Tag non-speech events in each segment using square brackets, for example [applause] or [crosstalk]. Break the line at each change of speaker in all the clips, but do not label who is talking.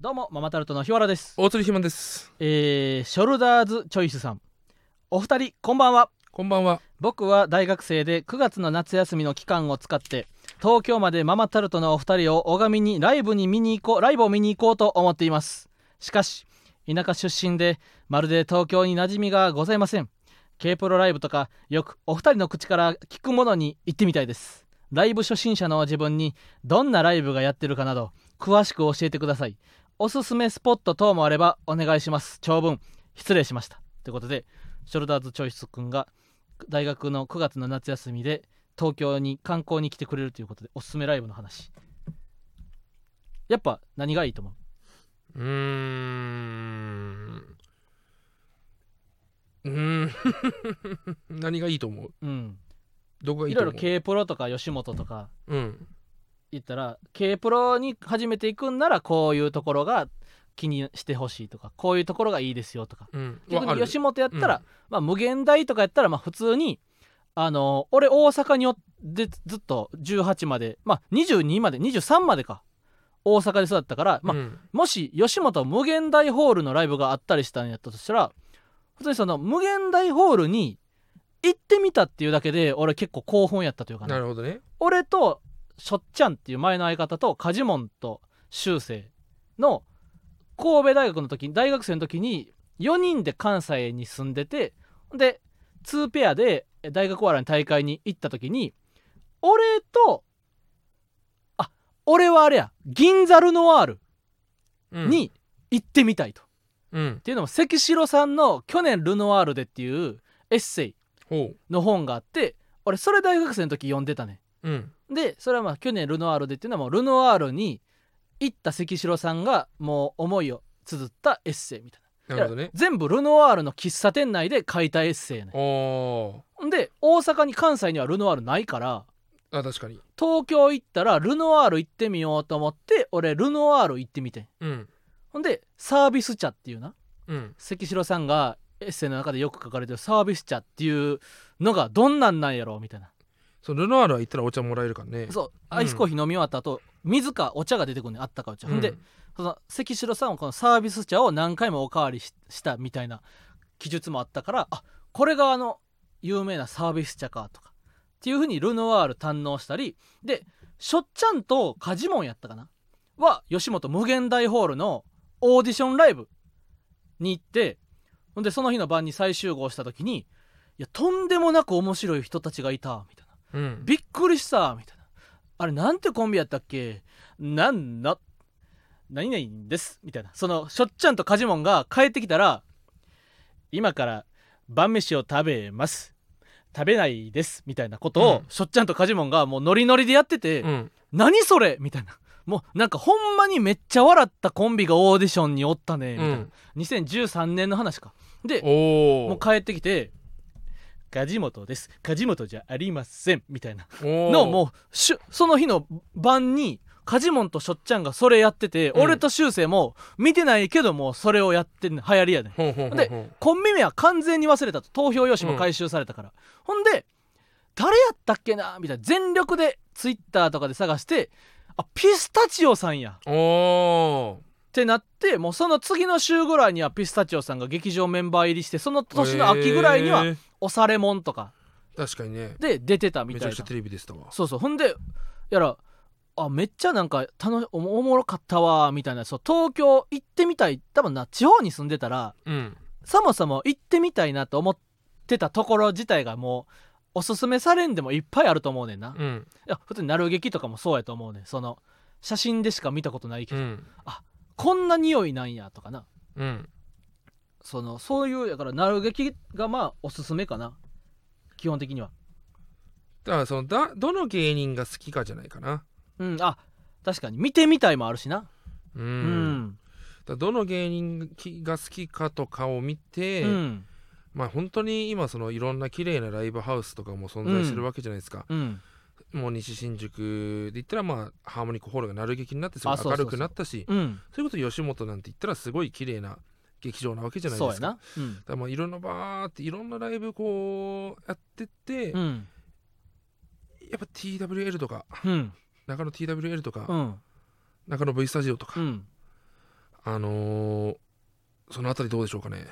どうもママタルトの日原です
大鶴ひまんです
えー、ショルダーズチョイスさんお二人こんばんは
こんばんは
僕は大学生で9月の夏休みの期間を使って東京までママタルトのお二人を拝みにライブに見に行こうライブを見に行こうと思っていますしかし田舎出身でまるで東京に馴染みがございません K プロライブとかよくお二人の口から聞くものに行ってみたいですライブ初心者の自分にどんなライブがやってるかなど詳しく教えてくださいおすすめスポット等もあればお願いします長文失礼しましたということでショルダーズチョイスくんが大学の9月の夏休みで東京に観光に来てくれるということでおすすめライブの話やっぱ何がいいと思う
うーんうーん [laughs] 何がいいと思う
うん
どこがい
い
いと
ろい
思
ろ
う
K プロとか吉本とか
うん
言ったら K プロに始めていくんならこういうところが気にしてほしいとかこういうところがいいですよとか
うん
逆
わあ
に
る
吉本やったら、
うん
まあ、無限大とかやったらまあ普通にあの俺大阪におでずっと18までまあ22まで23までか大阪で育ったから、まあ
うん
もし吉本無限大ホールのライブがあったりしたんやったとしたら普通にその無限大ホールに行ってみたっていうだけで俺結構興奮やったというかね
なるほどね
俺としょっちゃんっていう前の相方とカジモンと修正の神戸大学の時に大学生の時に4人で関西に住んでてで2ペアでえ大学お笑いの大会に行った時に俺とあ俺はあれや銀ザルノワール
うん
に行ってみたいと。っ
うん
ていうのも関城さんの「去年ルノワールで」っていうエッセイ
ほ
の本があって俺それ大学生の時読んでたね。
ううん
でそれはまあ去年ルノワールでっていうのはもうルノワールに行った関城さんがもう思いを綴ったエッセイみたいな
なるほどね
全部ルノワールの喫茶店内で書いたエッセイやね
お
んで大阪に関西にはルノワールないから
ーあ確かに
東京行ったらルノワール行ってみようと思って俺ルノワール行ってみてん
うん
ほんでサービス茶っていうな
うん
関城さんがエッセイの中でよく書かれてるサービス茶っていうのがどんなんなんやろうみたいな
そうルノアールは行ったらお茶もらえるからね
そうアイスコーヒー飲み終わった後水かお茶が出てくるねんあったかお茶、ほんで
ん
その関城さんはこのサービス茶を何回もおかわりししたみたいな記述もあったからあこれがあの有名なサービス茶かとかっていう風にルノワール堪能したりでしょっちゃんとカジモンやったかなは吉本無限大ホールのオーディションライブに行ってほんでその日の晩に再集合した時にいやとんでもなく面白い人たちがいたみたいな。
うん
びっくりしたみたいな。あれなんてコンビやったっけなんな何々ですみたいな。そのしょっちゃんとカジモンが帰ってきたら今から晩飯を食べます。食べないですみたいなことを、
うん
しょっちゃんとカジモンがもうノリノリでやってて、
うん
何それみたいな。もうなんかほんまにめっちゃ笑ったコンビがオーディションにおったねみ
う
たいな、
ん
2013年の話かで
おお
もう帰ってきて「梶本です梶本じゃありません」みたいなの
の
もうしゅその日の晩にカジモンとしょっちゃんがそれやってて、
うん
俺としゅうせいも見てないけどもうそれをやってんね流行りやねん
ほうほうほうほう
でコンビ名は完全に忘れたと投票用紙も回収されたから、ほんで誰やったっけなみたいな全力でツイッターとかで探してあピスタチオさんやっ
おお
てなってもうその次の週ぐらいにはピスタチオさんが劇場メンバー入りしてその年の秋ぐらいには
へー
「おされもん」とか
確かにね
で出てたみ
めち
たい
ゃ
な
くちゃテレビでしたわ
そうそうほんでやらあめっちゃなんか楽しおもおもろかったわみたいなそう東京行ってみたい多分な地方に住んでたら
うん
そもそも行ってみたいなと思ってたところ自体がもうおすすめされんでもいっぱいあると思うねんな、い
うん
や普通になる劇とかもそうやと思うねんその写真でしか見たことないけ
う
ど、
ん
こんな匂いなんやとかな
うん
そのそういうやからなる劇がまあおすすめかな基本的には
だからそのだどの芸人が好きかじゃないかな
うんあ確かに見てみたいもあるしな
うん、
うん
だからどの芸人が好きかとかを見て、
うん
まあ本当に今そのいろんな綺麗なライブハウスとかも存在してるわけじゃないですか、
うん
もう西新宿で言ったらまあハーモニックホールが鳴る劇になってすご
あ
い
そうそう
明
そう
るくなったし
うん
そういうこと吉本なんて言ったらすごい綺麗な劇場なわけじゃない
そう
で
や
すか
なうん
だからまあいろんなバーっていろんなライブこうやってって、
う
や
ん
っぱ TWL とか
うん
中野 TWL とか、
うん
中野 V スタジオとか、
うん
あのーそのあたりどうでしょうかね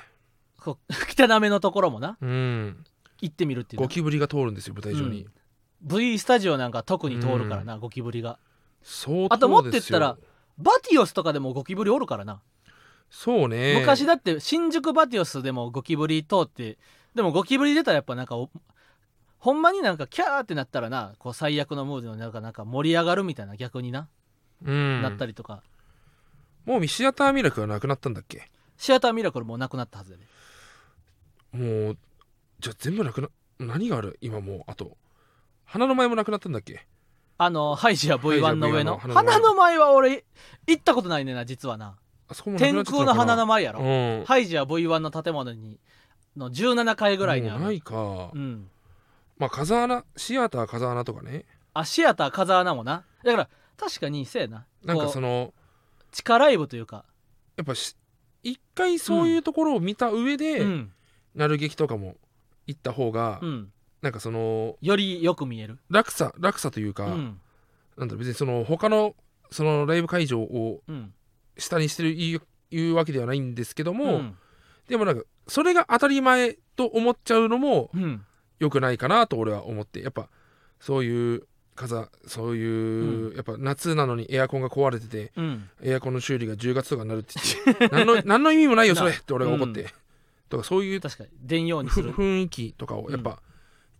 こう [laughs] 汚めのところもな
うん
行ってみるっていうの
ゴキブリが通るんですよ舞台上に、
うん V スタジオなんか特に通るからな、ゴキブリが
相当ですよ
あと持ってったらバティオスとかでもゴキブリおるからな、
そうね
昔だって新宿バティオスでもゴキブリ通ってでもゴキブリ出たらやっぱなんかおほんまになんかキャーってなったらなこう最悪のムードの中なんか盛り上がるみたいな逆にな、
うん
なったりとか
もうミシアターミラクルはなくなったんだっけ
シアターミラクルもうなくなったはずやで
もうじゃあ全部なくな何がある今もうあと花の前もなくなったんだっけ
あのハイジや V1 の上の
ハイジや V1 の
花の前は俺行ったことないねんな実はな
あそこもなくな
天
っちゃった
空の花の
前
前やろ、
うん
ハイジや V1 の建物にの17階ぐらいにあ
もうな
る
いか、
うん
まあ風穴シアター風穴とかね
あシアター風穴もなだから確かにせやな
なんか
こう
その
地下ライブというか、
やっぱし一回そういうところを見た上で、
うん
なる劇とかも行った方が、
うん、
なんかその
よりよく見える、
落差落差というか、
うん
なんだろう別にその他のそのライブ会場を
うん、
下にしてるいういうわけではないんですけども、
ん
でもなんかそれが当たり前と思っちゃうのも
うん
良くないかなと俺は思ってやっぱそういう風そういう、やっぱ夏なのにエアコンが壊れてて
うん、
エアコンの修理が10月とかになるって言って何の何の意味もないよそれって俺が怒って、
うん
とかそういう
確かに出んようにす
ふ
る、
雰囲気とかをやっぱ、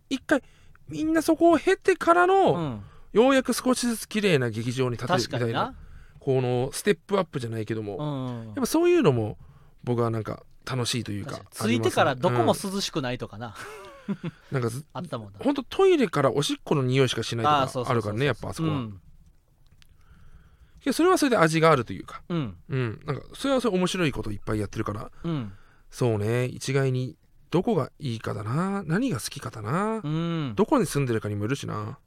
一回みんなそこを経てからの、
うん、
ようやく少しずつ綺麗な劇場に立てるみ
確か
たい
に
な
な、
このステップアップじゃないけども、
うん、
やっぱそういうのも僕はなんか楽しいというか
確かについてからどこ
ありま
も
すね
涼しくないとかな、
うんなんかず
あったもんな
ほんとトイレからおしっこの匂いしかしない
あー
とかあるからねやっぱあそこは、
うん
けどそれはそれで味があるというか
うん
うんなんかそれはそれ面白いこといっぱいやってるから
うん
そうね一概にどこがいいかだな何が好きかだな、
うん
どこに住んでるかにもよるしな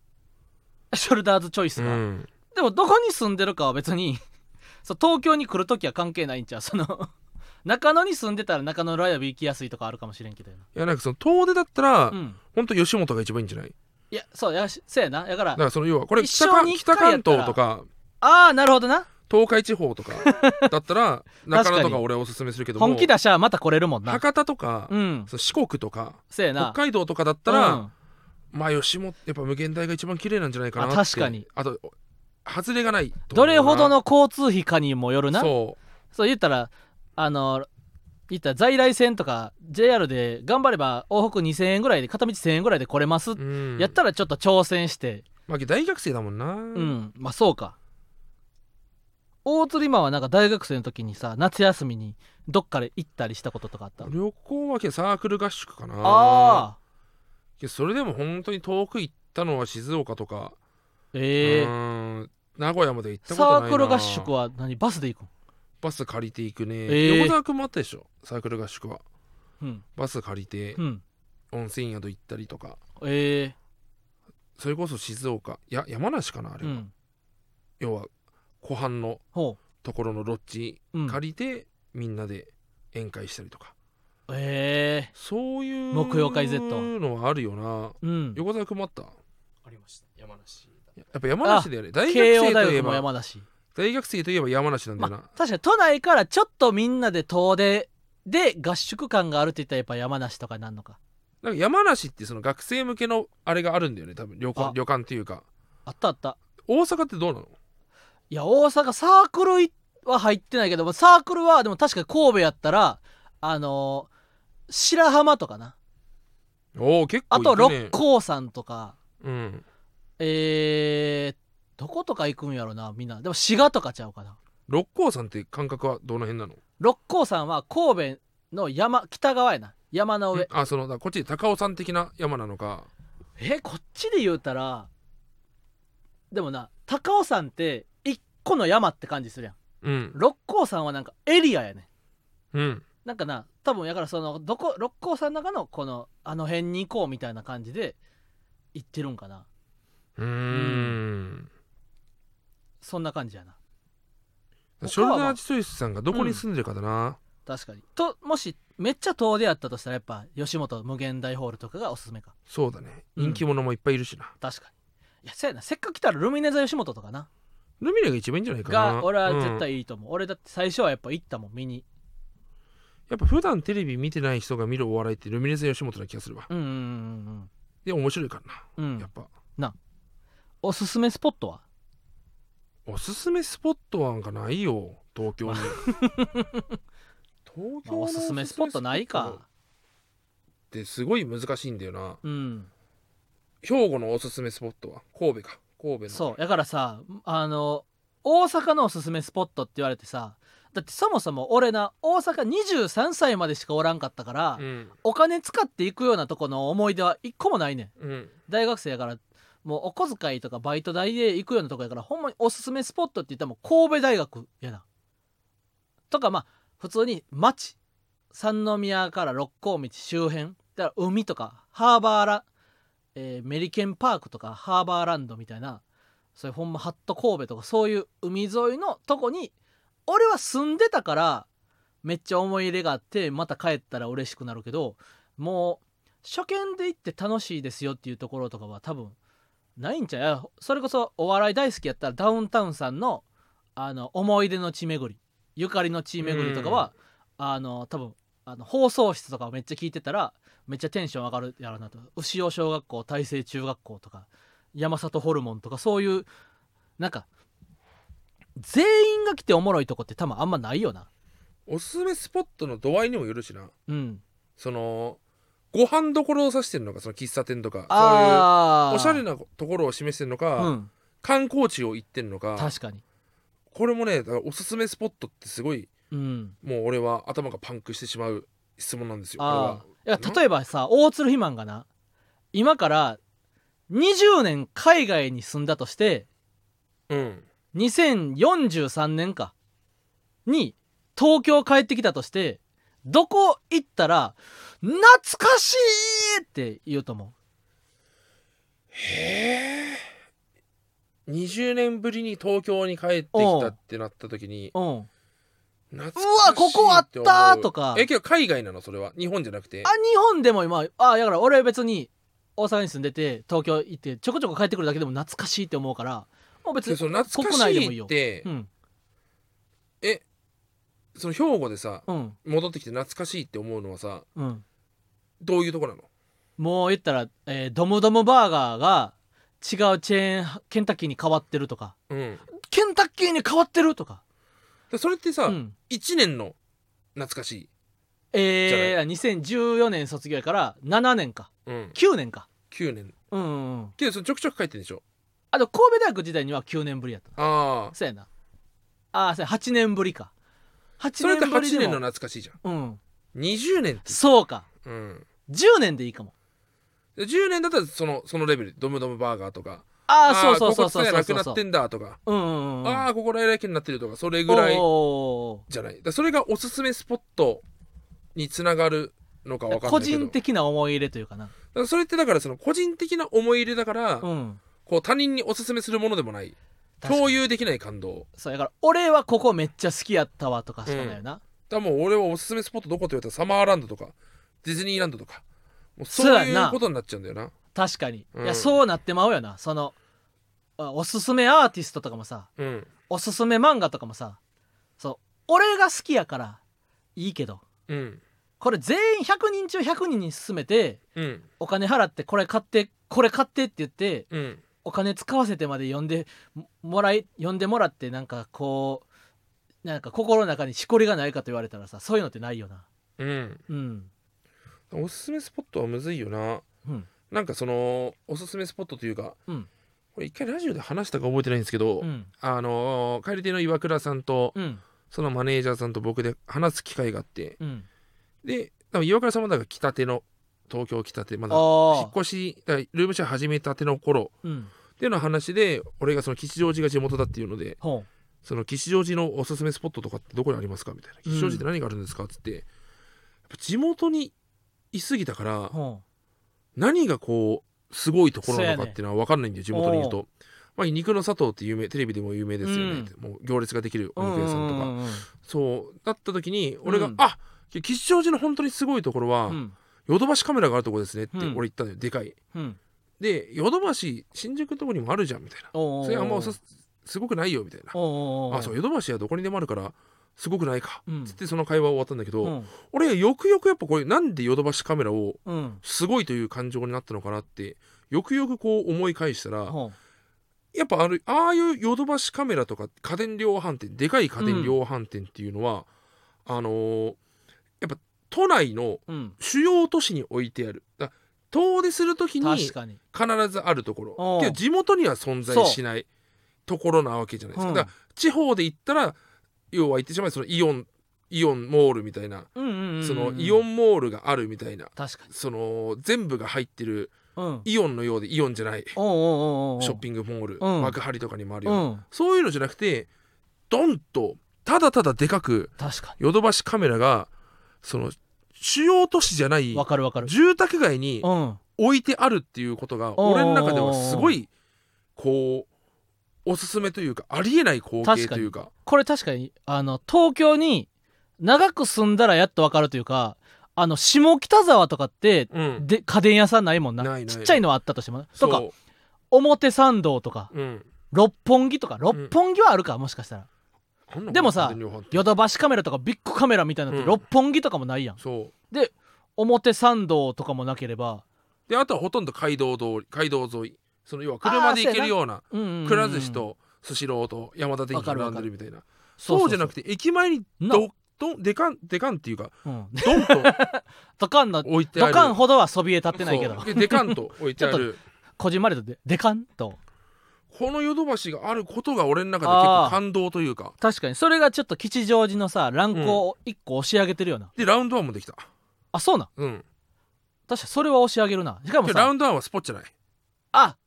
ショルダーズチョイス
う
が、
ん
でもどこに住んでるかは別に [laughs] そう東京に来るときは関係ないんちゃうその中野に住んでたら中野ライブ行きやすいとかあるかもしれんけどやない
やなんかその遠出だったら、
うん
ほんと吉本が一番いいんじゃない
いやそうやしせやなやから
だからその要はこれ
一
北
生
関
に一
北
回
関東とか
ああなるほどな
東海地方
[laughs]
とかだったら中野とか俺おすすめするけども
本気出しゃまた来れるもんな
博多とか、
うん
その四国とか
せや
北
な
海道とかだったら、
うん
まあ吉本やっぱ無限大が一番綺麗なんじゃないかなって
あ確かに
あと外れがないと思
ど
うな
れほどの交通費かにもよるなそう
そ
言ったらあの言ったら在来線とか JR で頑張れば往復2000円ぐらいで片道1000円ぐらいで来れます、
う、うん、
やったらちょっと挑戦して
まあ大学生だもんな、
うん、まあそうか大釣りマンはなんか大学生の時にさ夏休みにどっかで行ったりしたこととかあった
旅行はけサークル合宿かな
ああ
けそれでも本当に遠く行ったのは静岡とか、
ええ
うーん名古屋まで行ったことな
サ
いな
ークル合宿は何バスで行く
バス借りていくね、
ー
横澤君もあったでしょサークル合宿は
うん
バス借りて
うん
温泉宿行ったりとか
ええ
それこそ静岡いや山梨かなあれ
う
は、
ん
要は湖畔の
ほ
ところのロッジ
う、うん、
借りて、みんなで宴会したりとか
ええ
そういう
木曜会 Z
のはあるよな
うん
横澤君もあった
ありました山梨だ
やっぱ山梨だよね大
慶
学
応
生
大
といえ
学も
ば
山だし
大学生といえば山梨なんだよな、
確かに都内からちょっとみんなで遠出で合宿感があるって言ったらやっぱ山梨とかになるのか
なんか山梨ってその学生向けのあれがあるんだよね多分旅
あ
館旅館っていうか
あったあった
大阪ってどうなの
いや大阪サークルいは入ってないけどサークルはでも確か神戸やったらあのー白浜とかな
おお結構
あと
行くね
六甲山とか、
うん
えー、どことか行くんやろなみんなでも滋賀とかちゃうかな
六甲山って感覚はどの辺なの
六甲山は神戸の山北側やな山の上、
うんあそのだからこっちで高尾山的な山なのか
えこっちで言うたらでもな高尾山って一個の山って感じするやん
うん
六甲山はなんかエリアやね
うん
なんかな多分やからそのどこ六甲山の中のこのあの辺に行こうみたいな感じで行ってるんかな
うーん
そんな感じやな他は
ショルダー・チトイスさんがどこに住んでるかだな、
確かにともしめっちゃ遠出やったとしたらやっぱ吉本無限大ホールとかがおすすめか
そうだね
うん
人気者もいっぱいいるしな、
確かにいやそうやなせっかく来たらルミネ座吉本とかな
ルミネが一番いいんじゃないかな
が俺は絶
うん
対いいと思う、俺だって最初はやっぱ行ったもん見に
やっぱ普段テレビ見てない人が見るお笑いってルミネス吉本な気がするわ
うんうんうん
で面白いからな、
うんうんう
やっ
ん
ぱ
おすすめスポットは
おすすめスポットなんかないよ東
[laughs]
京に東
まあ
京の
おすすめスポットないか
ってすごい難しいんだよな
うん
兵庫のおすすめスポットは神戸か神戸の
そうだからさあの大阪のおすすめスポットって言われてさだってそもそも俺な大阪23歳までしかおらんかったから、
うん
お金使っていくようなとこの思い出は一個もないねん
うん
大学生やからもうお小遣いとかバイト代で行くようなとこやからほんまにおすすめスポットって言ったらもう神戸大学やなとかまあ普通に町三宮から六甲道周辺だから海とかハーバーラ、えーメリケンパークとかハーバーランドみたいなそういうほんまハット神戸とかそういう海沿いのとこに俺は住んでたからめっちゃ思い入れがあってまた帰ったら嬉しくなるけどもう初見で行って楽しいですよっていうところとかは多分ないんちゃうそれこそお笑い大好きやったらダウンタウンさんのあの思い出の地巡りゆかりの地巡りとかは、あの多分あの放送室とかをめっちゃ聞いてたらめっちゃテンション上がるやろなと牛尾小学校大成中学校とか山里ホルモンとかそういうなんか全員が来ておもろいとこって多分あんまないよな
おすすめスポットの度合いにもよるしな
うん
そのご飯どころを指してるのかその喫茶店とかそう
ああ
いうおしゃれ
な
なところを示してるのか、
うん
観光地を行ってるのか
確かに
これもねだからおすすめスポットってすごい
うん
もう俺は頭がパンクしてしまう質問なんですよ
あ
こ
あいや例えばさ大鶴肥満がな今から20年海外に住んだとして
れはうん
2043年かに東京帰ってきたとしてどこ行ったら懐かしいって言うと思
へえ20年ぶりに東京に帰ってきたってなった時に
ううん
懐かしいう
わここあったーとか
えけど海外なのそれは日本じゃなくて
あ日本でも今あだから俺別に大阪に住んでて東京行ってちょこちょこ帰ってくるだけでも懐かしいって思うからもう別
で
に
その懐かし
国内でもいい
い
よ
って
うん
その兵庫でさ
うん
戻ってきて懐かしいって思うのはさ
うん
どういうとこなの
もう言ったら、えードムドムバーガーが違うチェーンケンタッキーに変わってるとか
うん
ケンタッキーに変わってるとか
でそれってさ、
うん
1年の懐かしい、じゃ
えー、2014年卒業やから7年か
うん、
9年か
9年
うんうんうん
けどそれちょくちょく帰ってんでしょ
あと神戸大学時代には9年ぶりやった
ああ
そうやなああそうや8年ぶりか
そ
8
れって
年ぶ
8
り
年
で
の
も
懐かしいじゃ
うん
ん20年って
そうか
うん
10年でいいかも
で10年だったらそのそのレベルドムドムバーガーとか
ああそうそうそう
ここ
そう
伝え
そうそ
な
う
くなってんだとか
うんうんうん
あ
あ
あここ来来県になってるとかそれぐらい
個
じゃないだからそれがおすすめスポットにつながるのかわかんないけど
人的な思い入れというかな
だからそれってだからその個人的な思い入れだから、
うん
こう他人におすすめするものでもない
確かに
共有できない感動
そうやから俺はここめっちゃ好きやったわとかしかないよな、
だからもう俺はおすすめスポットどこと言われたらサマーランドとかディズニーランドとかもうそう
そう
い
やな
うことになっちゃうんだよな
確かに、
うん
いやそうなってまうよなそのあおすすめアーティストとかもさ
うん
おすすめ漫画とかもさそう俺が好きやからいいけど
うん
これ全員100人中100人に勧めて
うん
お金払ってこれ買ってこれ買ってって言って
うん
お金使わせてまで呼んでももらい呼んでもらってなんかこうなんか心の中にしこりがないかと言われたらさそういうのってないよな
うん
うん
おすすめスポットはむずいよな
うん
なんかそのおすすめスポットというか、
うん
これ一回ラジオで話したか覚えてないんですけど、
うん
あのー帰り手の岩倉さんと、
うん
そのマネージャーさんと僕で話す機会があって
うん
で多分岩倉さんもだから来たての東京来たてまだ引っ
ああ
越しだからルームシェア始めたての頃
うん
っていうの話で俺がその吉祥寺が地元だっていうので
ほ
その吉祥寺のおすすめスポットとかってどこにありますかみたいな吉祥寺って何があるんですかっつって、やっぱ地元にいすぎたから
うほ
何がこうすごいところなのかっていうのは分かんないんで、よ地元にいると。まあ、肉の佐藤って有名テレビでも有名ですよね、もう行列ができる
う
お肉屋さんとか、
うんうん
そうなった時に俺が「
うん
あ吉祥寺の本当にすごいところは、
うん
ヨドバシカメラがあるとこですね」って
うん
俺言ったんだよでかい。
うん
でヨドバシ新宿のとこにもあるじゃんみたいな
おうおうおう
それあんまおすすごくないよみたいな
おうおうお
あそうヨドバシはどこにでもあるからすごくないか、
うん
つってその会話は終わったんだけど、
うん
俺よくよくやっぱこれなんでヨドバシカメラを
うん
すごいという感情になったのかなってよくよくこう思い返したら
ほ
やっぱあるああいうヨドバシカメラとか家電量販店でかい家電量販店っていうのは、あのーやっぱ都内の
ううん
主要都市に置いてあるだ遠出する時に
確
必
かに
ずあるとこ
お
ろ
う
で地元には存在しないところなわけじゃないですか,、
うん
だから地方で行ったら要は言ってしまえばそのイオンイオンモールみたいな、
うんうんうんうん
そのイオンモールがあるみたいな
確かに
その全部が入ってる
うんおう
イオンのようでイオンじゃないシ
おうおうおう
ョッピングモー
う
ル、
ん
幕張とかにもあるよ、うな
うん
そういうのじゃなくてドンとただただでかく
確か
ヨドバシカメラがその主要都市じゃない
にわかるわかる
住宅街に
うん
置いてあるっていうことが
おー
俺の中ではすごいこうおすすめというかありえない光景というか
これ確かにあの東京に長く住んだらやっとわかるというかあの下北沢とかって
うん
で家電屋さんないもんな
ないない
ちっちゃいのはあったとしてもとか
そ
表参道とか
う、うん、
六本木とか六本木はあるか、もしかしたら
あんな
でもさ
家電量販店
ヨドバシカメラとかビッグカメラみたいなのって
うん
六本木とかもないやん、
そう
表参道とかもなければ
であとはほとんど街道通り街道沿いその要は車で行けるような
うんうんうん
くら寿司とスシローと山田電機が並んでるみたいな
そう
そうじゃなく
て
て駅前に
な
どどでかんでかんっていうか
うん、 [laughs]
ドンと
ドカンの
置いてあ
ド
る
カンほどはそびえ立ってないけど
そうででかんと置いて [laughs] ある
[laughs] こじんまりとででかんと
このヨドバシがあることが俺の中で結
あー
構感動というか
確かにそれがちょっと吉祥寺のさランクを一個押し上げてるよな、
でラウンドワンもできた
あそうなん
うん
確かにそれは押し上げるなしかも
けどラ
さ
ウンドワンはスポッチじゃない
あ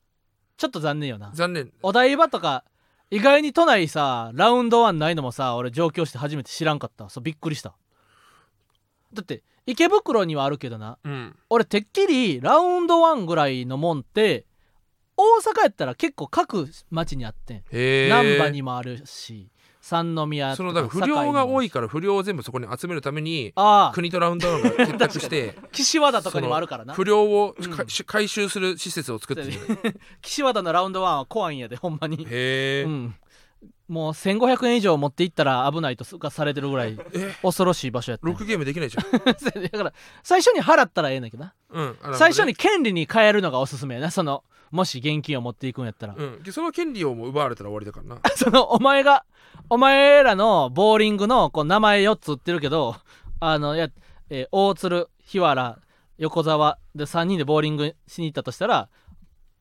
ちょっと残念よな
残念
お台場とか意外に都内さラウンドワンないのもさ俺上京して初めて知らんかったそうびっくりしただって池袋にはあるけどな
うん
俺てっきりラウンドワンぐらいのもんって大阪やったら結構各町にあってん
へえ
難波にもあるし三宮
そ
と
の
か
だから不良が多
い
いから不良を全部そこに集めるために
ああ
国とラウンドワンが結託 [laughs] して
岸和田とかにもあるからな
不良を
うん
かし回収する施設を作ってる
岸和田のラウンドワンは怖いんやでほんまに、
へえ、
うん、もう1500円以上持っていったら危ないとすがされてるぐらい
え
恐ろしい場所やったんや
6ゲームできないじゃん、
[laughs] だから最初に払ったらええねんだけどな
うん、あの
最初に権利に変えるのがおすすめやなそのもし現金を持っていくんやったら、
うん、その権利をもう奪われたら終わりだからな
[laughs] そのお前がお前らのボーリングのこう名前4つ売ってるけどあのや、えー大鶴日原横沢で3人でボーリングしに行ったとしたら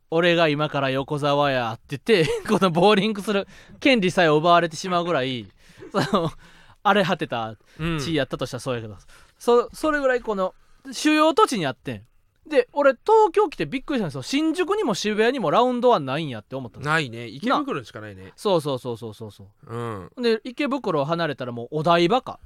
俺が今から横沢やって言って [laughs] このボーリングする権利さえ奪われてしまうぐらいその荒れ果てた
うん
地位やったとしたらそうやけど、そそれぐらいこの主要土地にあってんで俺東京来てびっくりしたんですよ新宿にも渋谷にもラウンドはないんやって思ったの
ないね池袋にしかないね
そうそうそうそうそうそ
うん
うで池袋を離れたらもうお台場か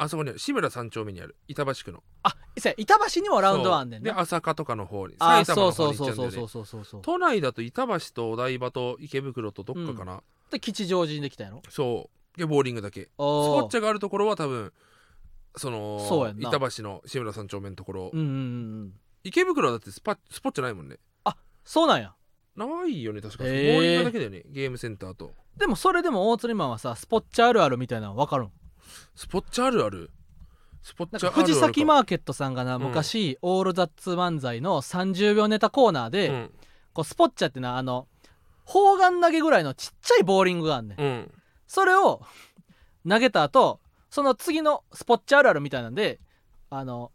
あそこにある志村三丁目にある板橋区の
あせや板橋にもラウンドはあんねん
そう
ね
で朝霞とかの方に
あ
埼玉
そ
の
うそ
方
う
に行っ
そ
ち
う
ゃ
そうそうそうそ
うんだよね
うそう
都内だと板橋とお台場と池袋とどっかかな、
で吉祥寺にできたんやろ
そうでボーリングだけスポ
お
ッ
ー
チャがあるところは多分その
そうやんな
板橋の志村三丁目のところ、
うんうんうんうん
池袋だってスパスポッチャないもんね
そうなんや
ないよね確か、
へー
ボーリングだけだよねゲームセンターと
でもそれでも大釣りマンはさスポッチャあるあるみたいなの分かるん
スポッチャあるあるスポッ
なん
チャ
か
あるある
藤崎
あ
マーケットさんがな
うん
昔、オールザッツ漫才の30秒ネタコーナーで、
うん
こうスポッチャってなあの砲丸投げぐらいのちっちゃいボーリングがあんねん、
うん
それを投げた後その次のスポッチャあるあるみたいなんであの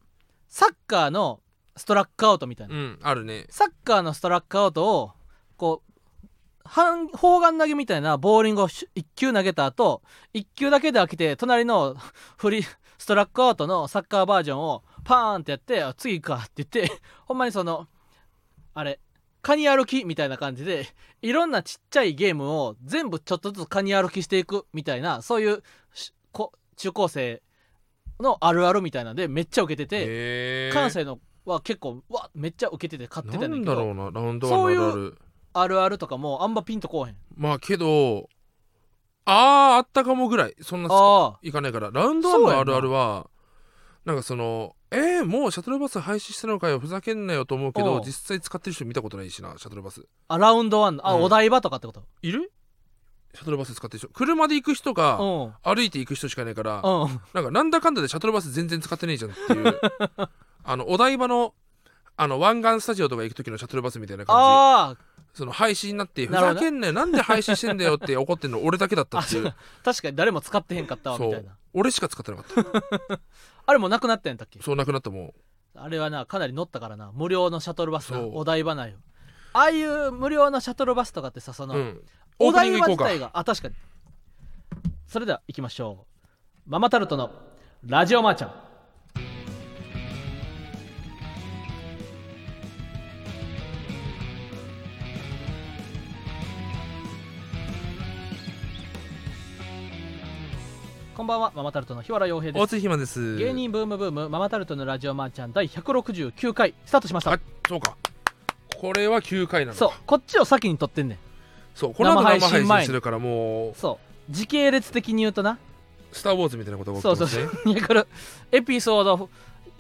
サッカーのストラックアウトみたいな、
うんあるね
サッカーのストラックアウトをこう半砲丸投げみたいなボーリングを1球投げた後1球だけで飽きて隣の [laughs] フリーストラックアウトのサッカーバージョンをパーンってやってあ次行くかって [laughs] 言ってほんまにそのあれカニ歩きみたいな感じでいろんなちっちゃいゲームを全部ちょっとずつカニ歩きしていくみたいなそういうしこ中高生のあるあるみたいなんでめっちゃ受けてて
へー
関西のは結構わめっちゃ受けてて買ってたんだ
な
け
んだろ
ど
うなラウンドワンの
あ
あるある
るあるとかもあんまピンとこうへん
まあけどあーあったかもぐらいそんな
ああ
いかないからラウンドワンのあるあるはなんかそのえー、もうシャトルバス廃止したのかよふざけんなよと思うけ
おう
ど実際使ってる人見たことないしなシャトルバス
あラウンドワンのあ、
うん
お台場とかってこと
いるシャトルバス使ってる人車で行く人
う
が
んうん
歩いて行く人しかいないから
あ
なんかなんだかんだでシャトルバス全然使ってねえじゃんっていうあのお台場のあの湾岸スタジオとか行く時のシャトルバスみたいな感
あ
じその廃止になってふ
なるほど
ざけんなよなんで廃止してんだよって怒ってんの俺だけだった
あ
って
[laughs]
い
そう
う
確かに誰も使ってへんかったわ
そ
みたいうな
俺しか使ってなかった
あれもなくなったんやったっけ
そうなくなったも
あれはなかなり乗ったからな無料のシャトルバスな
そう
お台場内をああいう無料のシャトルバスとかってさそうの、
うんオ
お
ープ
台
ニング
場
行こう
自
か
体があ確かにそれでは行きましょうママタルトのラジオマーちゃんこんばんはママタルトの日原洋平です
大津ひまです
芸人ブームブームママタルトのラジオマーちゃん第169回スタートしました
あそうかこれは9回なのか
そうこっちを先に撮ってんねん
そうこの後
生配
生
信
配
前
信
に
するからもう
そう時系列的に言うとな
「スター・ウォーズ」みたいなことが起きて
そ
ま
う
す
そ
ね
う [laughs] そうだからエピソード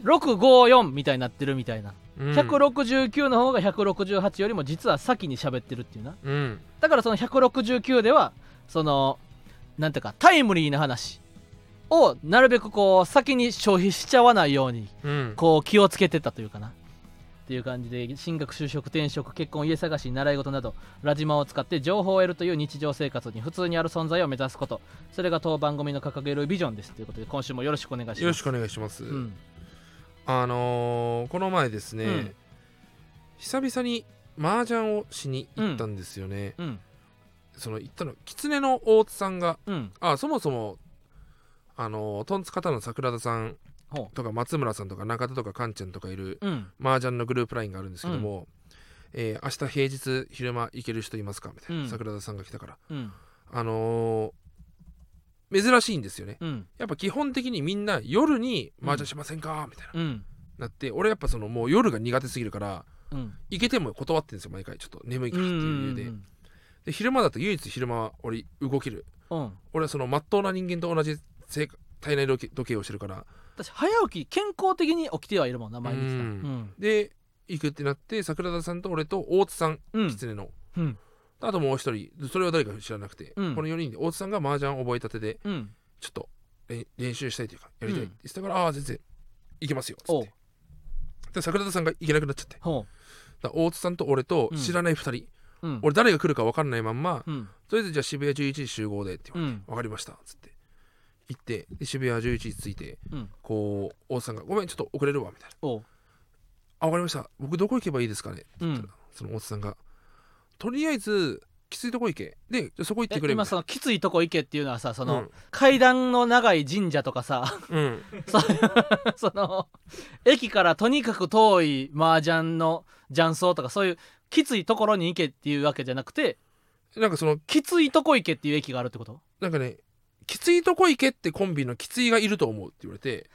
654みたいになってるみたいな、
うん
169の方が168よりも実は先に喋ってるっていうな
うん
だからその169ではそのなんていうかタイムリーな話をなるべくこう先に消費しちゃわないように
うん
こう気をつけてったというかなっていう感じで進学就職転職結婚家探し習い事などラジマを使って情報を得るという日常生活に普通にある存在を目指すことそれが当番組の掲げるビジョンですということで今週もよろしくお願いします
よろしくお願いします、
うん
あのーこの前ですね、
うん
久々に麻雀をしに行ったんですよね、
うん
その行ったの狐の大津さんが
うん
あそもそもあのートンツカタンの桜田さん
ほ
とか松村さんとか中田とかカンちゃんとかいる
ううん
麻雀のグループラインがあるんですけども、えー明日平日昼間行ける人いますかみたいな、
うん
桜田さんが来たから
うん
あのー珍しいんですよね
うん
やっぱ基本的にみんな夜に麻雀しませんかみたいな、
うん
なって俺やっぱそのもう夜が苦手すぎるから
うん
行けても断ってんですよ毎回ちょっと眠いか
う
ら
ん
っ
う
て
ん
いう理由で,、で昼間だと唯一昼間は俺動ける
うんうん
俺はその真っ当な人間と同じ生活体内時計時計をしてるから
私早起き健康的に起きてはいるもんな毎日な
うんで行くってなって桜田さんと俺と大津さん
うんうん
狐の、
うん
あともう一人それは誰か知らなくて、
うん
この4人で大津さんが麻雀覚えたてで
うん
ちょっと練練習したいというかやりたいって言ってたから、ああ全然行けますよっつ
お
っ
う
てで桜田さんが行けなくなっちゃって
ほ
だから大津さんと俺と知らない2人、
ううん
俺誰が来るか分かんないまんま、
うん
とりあえずじゃあ渋谷11時集合でって言われて、
うん
分かりましたっつって行ってで渋谷11時着いて
うん
こう大津さんが「ごめんちょっと遅れるわ」みたいな
おう
「あ分かりました僕どこ行けばいいですかね」って
う
言った
ん
ら、その大津さんが「とりあえずきついとこ行けでじゃあそこ行って
え
くれ」み
今
た
そ
い
のきついとこ行けっていうのはさそ
な
の、階段の長い神社とか
[laughs]
さ
うん、うん
そその駅からとにかく遠い麻雀の雀荘とかそういうきついところに行けっていうわけじゃなくて
なんかその
きついとこ行けっていう駅があるってこと
なんかね「きついとこ行け」ってコンビのきついがいると思うって言われて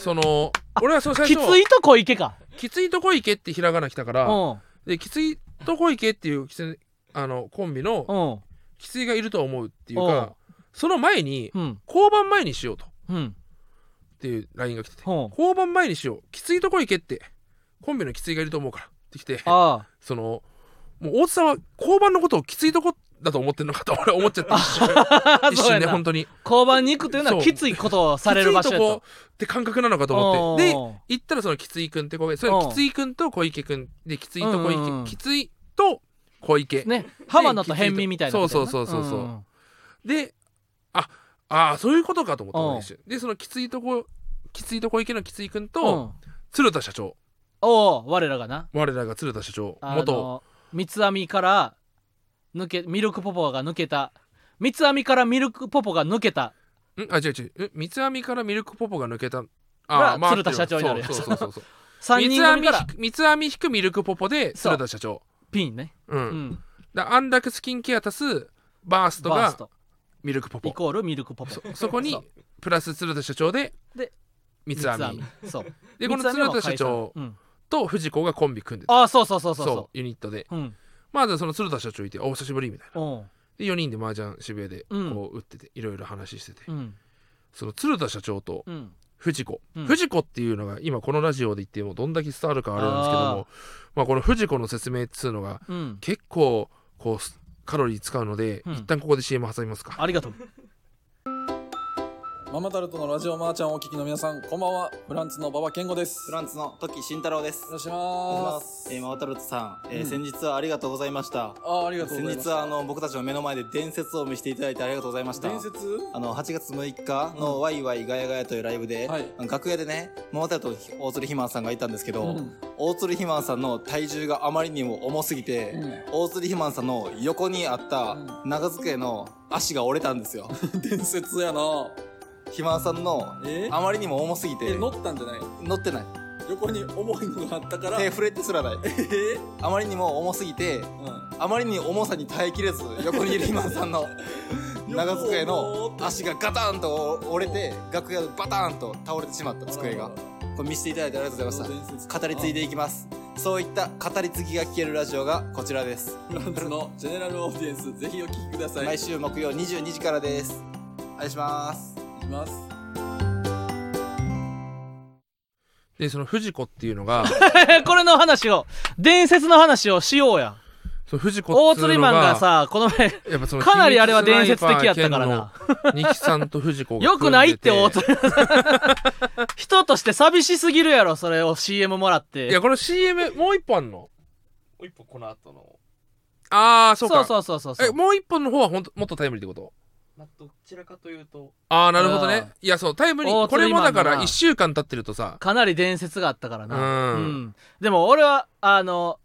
その俺はその最
きつ
初
いとこ行けか
「きついとこ行け」ってひらがな来たか
う
ら
ん
できついとこ行けっていうきつあのコンビ
う
の
ん
きついがいると思うっていうかその前に
うん
交番前にしようとっ
うん
ていう LINE が来てて
ほう
交番前にしようきついとこ行けってコンビのきついがいると思うからってきて
あ
そのもう大津さんは交番のことをきついとこだと思ってんのかと俺は思っちゃった
[laughs] あ
[laughs] 一
そうや
瞬ね
な
本当にき
交番に行くというのは
そう
きついことをされる場所
つい
や
とことって感覚なのかと思ってで
おう
行ったらそのきついくんって子がそれ
うん
きついくんと小池くんできついと小池、
うんうんうん
きついと小池、
ね浜野と辺見みたいなことやな
そうそうそうそうそうん
ん
でああーそういうことかと思った
うん
俺一瞬でそのきついとこきついと小池のきついくん
う
と、
ん
鶴田社長
おう我らがな
我らが鶴田社長
あ
元
の三つ編みから抜けミルクポポが抜けた三つ編みからミルクポポが抜けた
んあ違う違ううん三つ編みからミルクポポが抜けた
が
あーまあ
鶴田社長になるやつ
そうそうそうそう
[laughs] 3
三つ
人
編
組
み
から
三つ編み引くミルクポポで
そう
鶴田社長
ピンね、
う、
うんん、
だ安楽スキンケア足すバースト
バー
が
スト
ミルクポ
イ
ポ
コールミルクポポ
そそこに
そう
プラス鶴田社長で
で
三つ編み
みそう
でこの
三つ編み
鶴
は
田社長
解散うん、
と藤子がコンビ組んでた
ああそうそうそうそう
そう
そ
ユニットで
ううん
まずその鶴田社長いて「お久しぶり」みたいな
おう
で4人で麻雀渋谷で
うん
こう打ってていろいろ話してて
うん
その鶴田社長と
うん
藤子
うん
藤子っていうのが今このラジオで言ってもどんだけ伝わるかあれなんですけどもまあこの藤子の説明っつうのが
うん
結構こうすカロリー使うので、
うん
一旦ここで CM 挟みますか
あり
[laughs]
がとう
ママタルトのラジオマーちゃんをお聞きの皆さん、こんばんは。フランツの馬場健吾です。
フランツの時慎太郎です。
お願いし
お願いし
ま
ます
す。
えー、マワタルトさん、えー
うん
先日はありがとうございました。
あーありがとう
先
ございます。
日はあの僕たちの目の前で伝説を見せていただいてありがとうございました。
伝説
あの8月6日のワイワイガヤガヤというライブで、
はい
あの楽屋でね、マワタルトの大鶴ひまんさんがいたんですけど、
うん
大鶴ひまんさんの体重があまりにも重すぎて、 [laughs] 大鶴ひまんさんの横にあった長机の足が折れたんですよ。
うん伝説やな。
ひまんさんの
え
あまりにも重すぎて
え、乗ったんじゃない
乗ってない。
横に重いのがあったから。
手
え
触れてすらない。
ー
あまりにも重すぎて、
うん
あまりに重さに耐えきれず横にいる今さんの長机の足がガタンと折れて楽屋でバタンと倒れてしまった机がこれ見せていただいてありがとうございま
伝
し
説
た語り継いでいきますそういった語り継ぎが聞けるラジオがこちらです
フランツのジェネラルオーディエンス、ぜひお聞きください。
毎週木曜22時からですお願いします
行きます。
でその藤子っていうの
[laughs]
が
これの話を伝説の話をしようや
その藤子
大
ってい
釣
う
り
の
マン
が
がさこの前
やっぱその
かなりあれは伝説的やったからな
ニキさんと藤子が
よくないって
組ん
大
でて
釣りマン [laughs] 人として寂しすぎるやろそれを CM もらって
いやこの CM もう一本あんの
う一歩この後の、
ああそうか
そうそうそうそうそう
えもう一本の方はほんともっとタイムリーってこと
まあ、どちらかというと、
ああなるほど
うん
ねいやそうタイムリ
大
ーこ
鶴
れ
ひ
も
ま
だ
んのな
から1週間経ってるとさ
かなり伝説があったからな
うん
でも俺はあの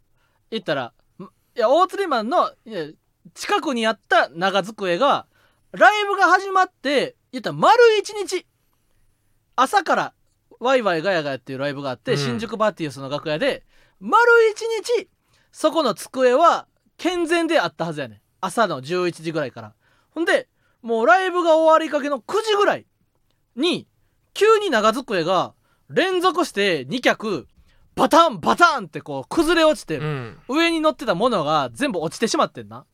言ったらんいや大釣りマンのいや近くにあった長机がライブが始まって言ったら丸一日朝からワイワイガヤガヤっていうライブがあって、
うん
新宿バーティウスの楽屋で丸一日そこの机は健全であったはずやねん朝の11時ぐらいからほんでもうライブが終わりかけの9時ぐらいに急に長机が連続して2脚バタンバタンってこう崩れ落ちて、
うん
上に乗ってたものが全部落ちてしまってんな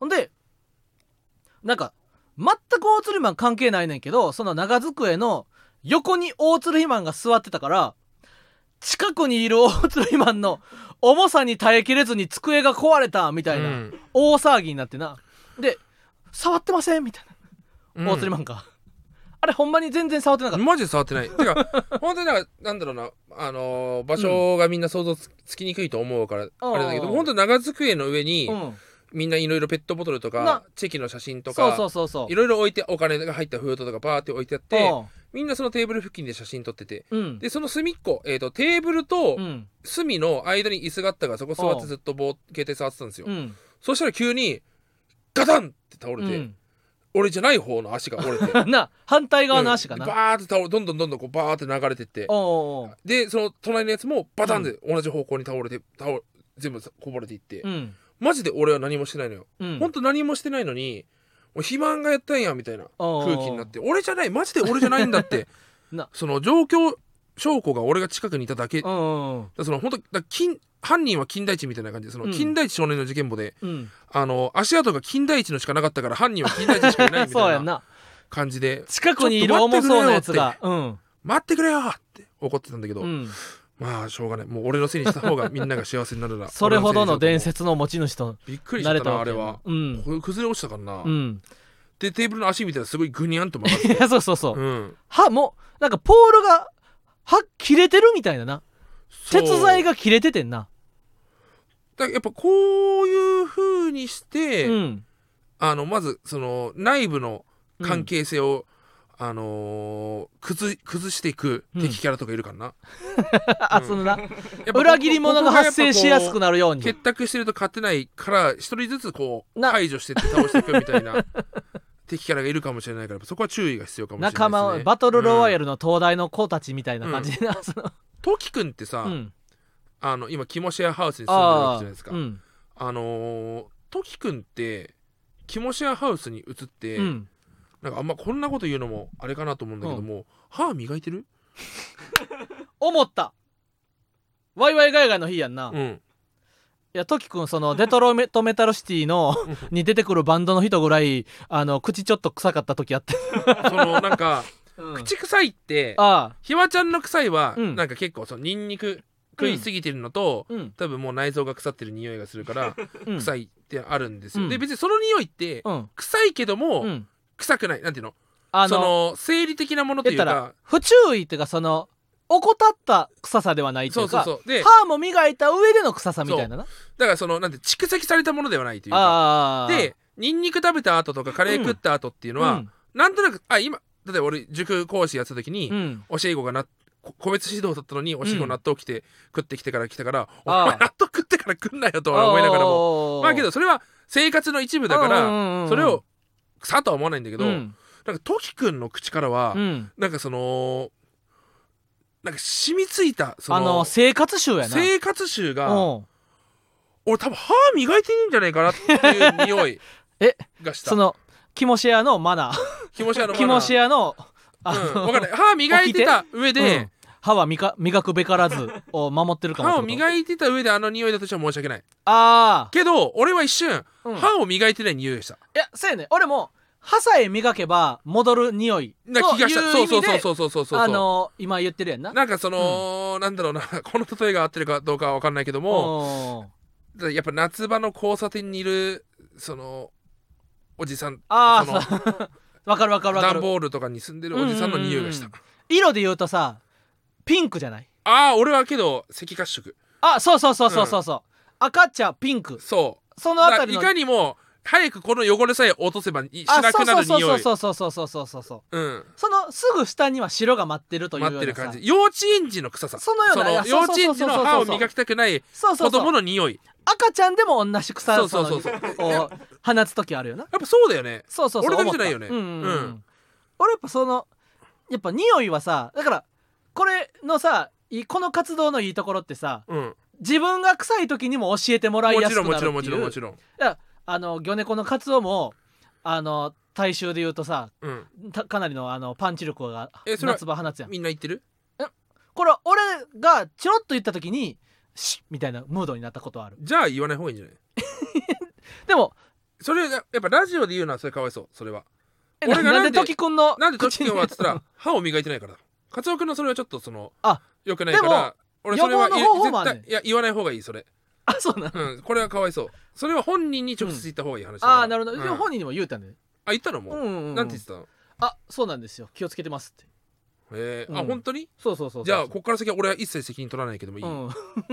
ほんでなんか全く大鶴ひまん関係ないねんけどその長机の横に大鶴ひまんが座ってたから近くにいる大鶴ひまんの重さに耐えきれずに机が壊れたみたいな、
うん
大騒ぎになってなで「触ってません」みたい
うん
な大鶴ひまんが、 [laughs] あれほんまに全然触ってなかった
マジで触ってない。てか、 [laughs] 本当になんか、なんだろうな、あのー場所がみんな想像つ,、きにくいと思うから、あれだけど、
うん
本当長机の上に、
うん
みんないろいろペットボトルと
な
か、チェキの写真と
そうそ
か
う、そうそう
いろいろ置いて、お金が入った封筒とかバーって置いてあって、みんなそのテーブル付近で写真撮ってて、
うんうん
で、その隅っこ、えっ、と、テーブルと
うん
隅の間に椅子があったから、そこ座っ
う
て
ん
ずっとぼー携帯触ってたんですよ。
うん
そしたら急に、ガタンって倒
う
れて、
ん [laughs]
俺じゃない方の足が折れて、
な反対側の足かな、
うんバーって倒れ、どんどんどんどんこうバーって流れてって、
おうおうおう
でその隣のやつもバタンで同じ方向に倒れて倒れ全部こぼれていって、
うん
マジで俺は何もしてないのよ、
うん
ほんと何もしてないのにもう肥満がやったんやみたいな
おうおう
空気になって俺じゃないマジで俺じゃないんだって
[laughs] な
その状況証拠が俺が近くにいただけ、
う
だか
んうん
らその本当だから金犯人は金田一みたいな感じでその
うん
金田一少年の事件簿で、
うん
あの足跡が金田一のしかなかったから犯人は金田一しかいない
[laughs]
み
そう
た
や
い
ん
な
な
感じで
近くにいる重そうなやつがうん
「待ってくれよ!」って怒ってたんだけど、
うん
まあしょうがないもう俺のせいにした方がみんなが幸せになるな
[laughs] それほどの伝説の持ち主と
びっくりしち
な
ゃっ
れ
た
た
なあ
わけ
れ
やな
は、
うん
これ崩れ落ちたからな、
うん [laughs]
でテーブルの足みたいなすごいグニャンと曲がって
いやそうそう [laughs] そう、
うん
はもうなんかポールがは切れてるみたいなな
そう
鉄材が切れててんな
だからやっぱこういうふうにして、
うん [laughs]
あのまずその内部の関係性を、あのー崩崩していく敵キャラとかいるからな、
ああそのな
やっぱ
裏切り者が発生しやすく
な
なるように
結託してると勝てないから一人ずつこう
な
排除してって倒していくみたいな [laughs] 敵キャラがいるかもしれないからそこは注意が必要かもしれないです、ね、
仲間をバトルロワイヤ
ル、
ルの東大の子たちみたいな感じでな、その
トキ君ってさ、
うん
あの今キモシェアハウスに住んでるわ
あ
けじゃ
あ
ないですか、
うん
あのー、トキくんってキモシェアハウスに移って、
うん
なんかあんまこんなこと言うのもあれかなと思うんだけども、歯磨いてる
思ったワイワイガイガイの日やんな、
う
い
ん
やトキ君そのデトロメトメタルシティのに出てくるバンドの人ぐらいあの口ちょっと臭かった時あって、
その
[laughs]
なんか
うん
口臭いって
ああ
ひわちゃんの臭いは、
うん
なんか結構そのニンニク食いすぎてるのと、
うん
多分もう内臓が腐ってる匂いがするから、
うん
臭いってあるんですよ、
うん
で別にその匂いって、
うん
臭いけども、
うん
臭くないなんていうの
あ
そ
の
の生理的なものと
言っ
い
た
うから
不注意っていうかその怠った臭さではないってい
そううそう
か
そうで
歯も磨いた上での臭さみたいなな
だからそのなんて蓄積されたものではないというか
あー
でニンニク食べた後とかカレー食った後っていうのは、
うん
なんとなくあ今例えば俺塾講師やってた時に、
うん
教え子がなこ個別指導だったのに教え子
うん
納豆来て、食ってきてから来たから「お
ああ
前納豆食ってから来んなよ」とは思いながら
お
も
ー
まあけどそれは生活の一部だか
うんうんうんう
ら
ん
それをさとは思わないんだけど、
うん
なんかトキくんの口からは、
うん
なんかそのなんか染みついたその
あの生活臭やな
生活臭が
うん
俺多分歯磨いてねえんじゃないかなっていう匂い
[laughs] え
がした
そのキモシェアのマナー
気持ち悪い
キモシェアの
う
あ
ん、
の
分かんない歯磨いてた上で、
うん歯は磨磨くべからずを守ってるかも
歯を
い
磨いてた上であの匂いだとしては申し訳ない
あ
けど俺は一瞬、
あ、うん、
歯を磨いてない匂いがした
いやそうやね俺も歯さえ磨けば戻る匂いという
な気がした
意味
そうそうそう
で
そうそうそうそう
あの今言ってるやんな
なんかその、なんだろうな [laughs] この例えが合ってるかどうかは分かんないけど
お
も、
ー
やっぱ夏場の交差点にいるそのおじさん
あ
その
あわかるわかるわか
段
る
ボールとかに住んでるおじさんの匂いがした、
うんうん色で言うとさピンクじゃない
ああ俺はけど赤褐色
あそうそうそうそうそうそう、赤茶ピンク
そう
その
だ
あ
か
た
ら
り
い
の
かにも早くこの汚れさえ落とせばいし
あ
なくなる
そう
匂い
そうそうそうそうそうそうそうそう
うん
そのすぐ下には白が待ってるというよう
待
な
っ
さ
てる感じ幼稚園児の臭さ
そのようなあ
幼
そう
稚園児
そ
の
うそうそうそう
歯を磨きたくない
そうそ
子
うそ
供
う
の匂い
赤ちゃんでも同じ臭さを
そうそうそう
こう放つ時あるよな
やっぱそうだよね
そうそうそう
俺だけじゃないよね
思ったうんうんうん
うん
俺やっぱそのやっぱ匂いはさだからこれのさいこの活動のいいところってさ
うん
自分が臭い時にも教えてもらい
も
や
ち
す
ろ
く
んも
なるっ
ち
てい
ろん
う
もちろんもちろん
あの魚猫のカツオもあの大衆で言うとさ
うん
たかなりのあのパンチ力が
えそれは
夏場放つやん
みんな言ってる
これは俺がちょろっと言った時にシッみたいなムードになったことはある
じゃあ言わない方がいいんじゃない
でも
それやっぱラジオで言うのはそれかわいそうそれは
え
俺が
な
なん
で
んで
時くんの
なんでトキ君はっつった
口に
ら歯を磨いてないからだカツオ君のそれはちょっとその
あ
よくないから俺それはい
予防の方法もあ
絶
るね
対いや言わない方がいいそれ
[laughs] あそうなの
うんこれはかわいそうそれは本人に直接言った方がいい話だから
ああなるほど、
うん
でも本人にも言うたんで、ね、
あ言ったの
う
も
ん
う
うん、うん、
なんて言ってたの
あそうなんですよ気をつけてますって
えー
う
あ
ん
本当に
そうそうそうそう
じゃあこっから先は俺は一切責任取らないけどもいい
う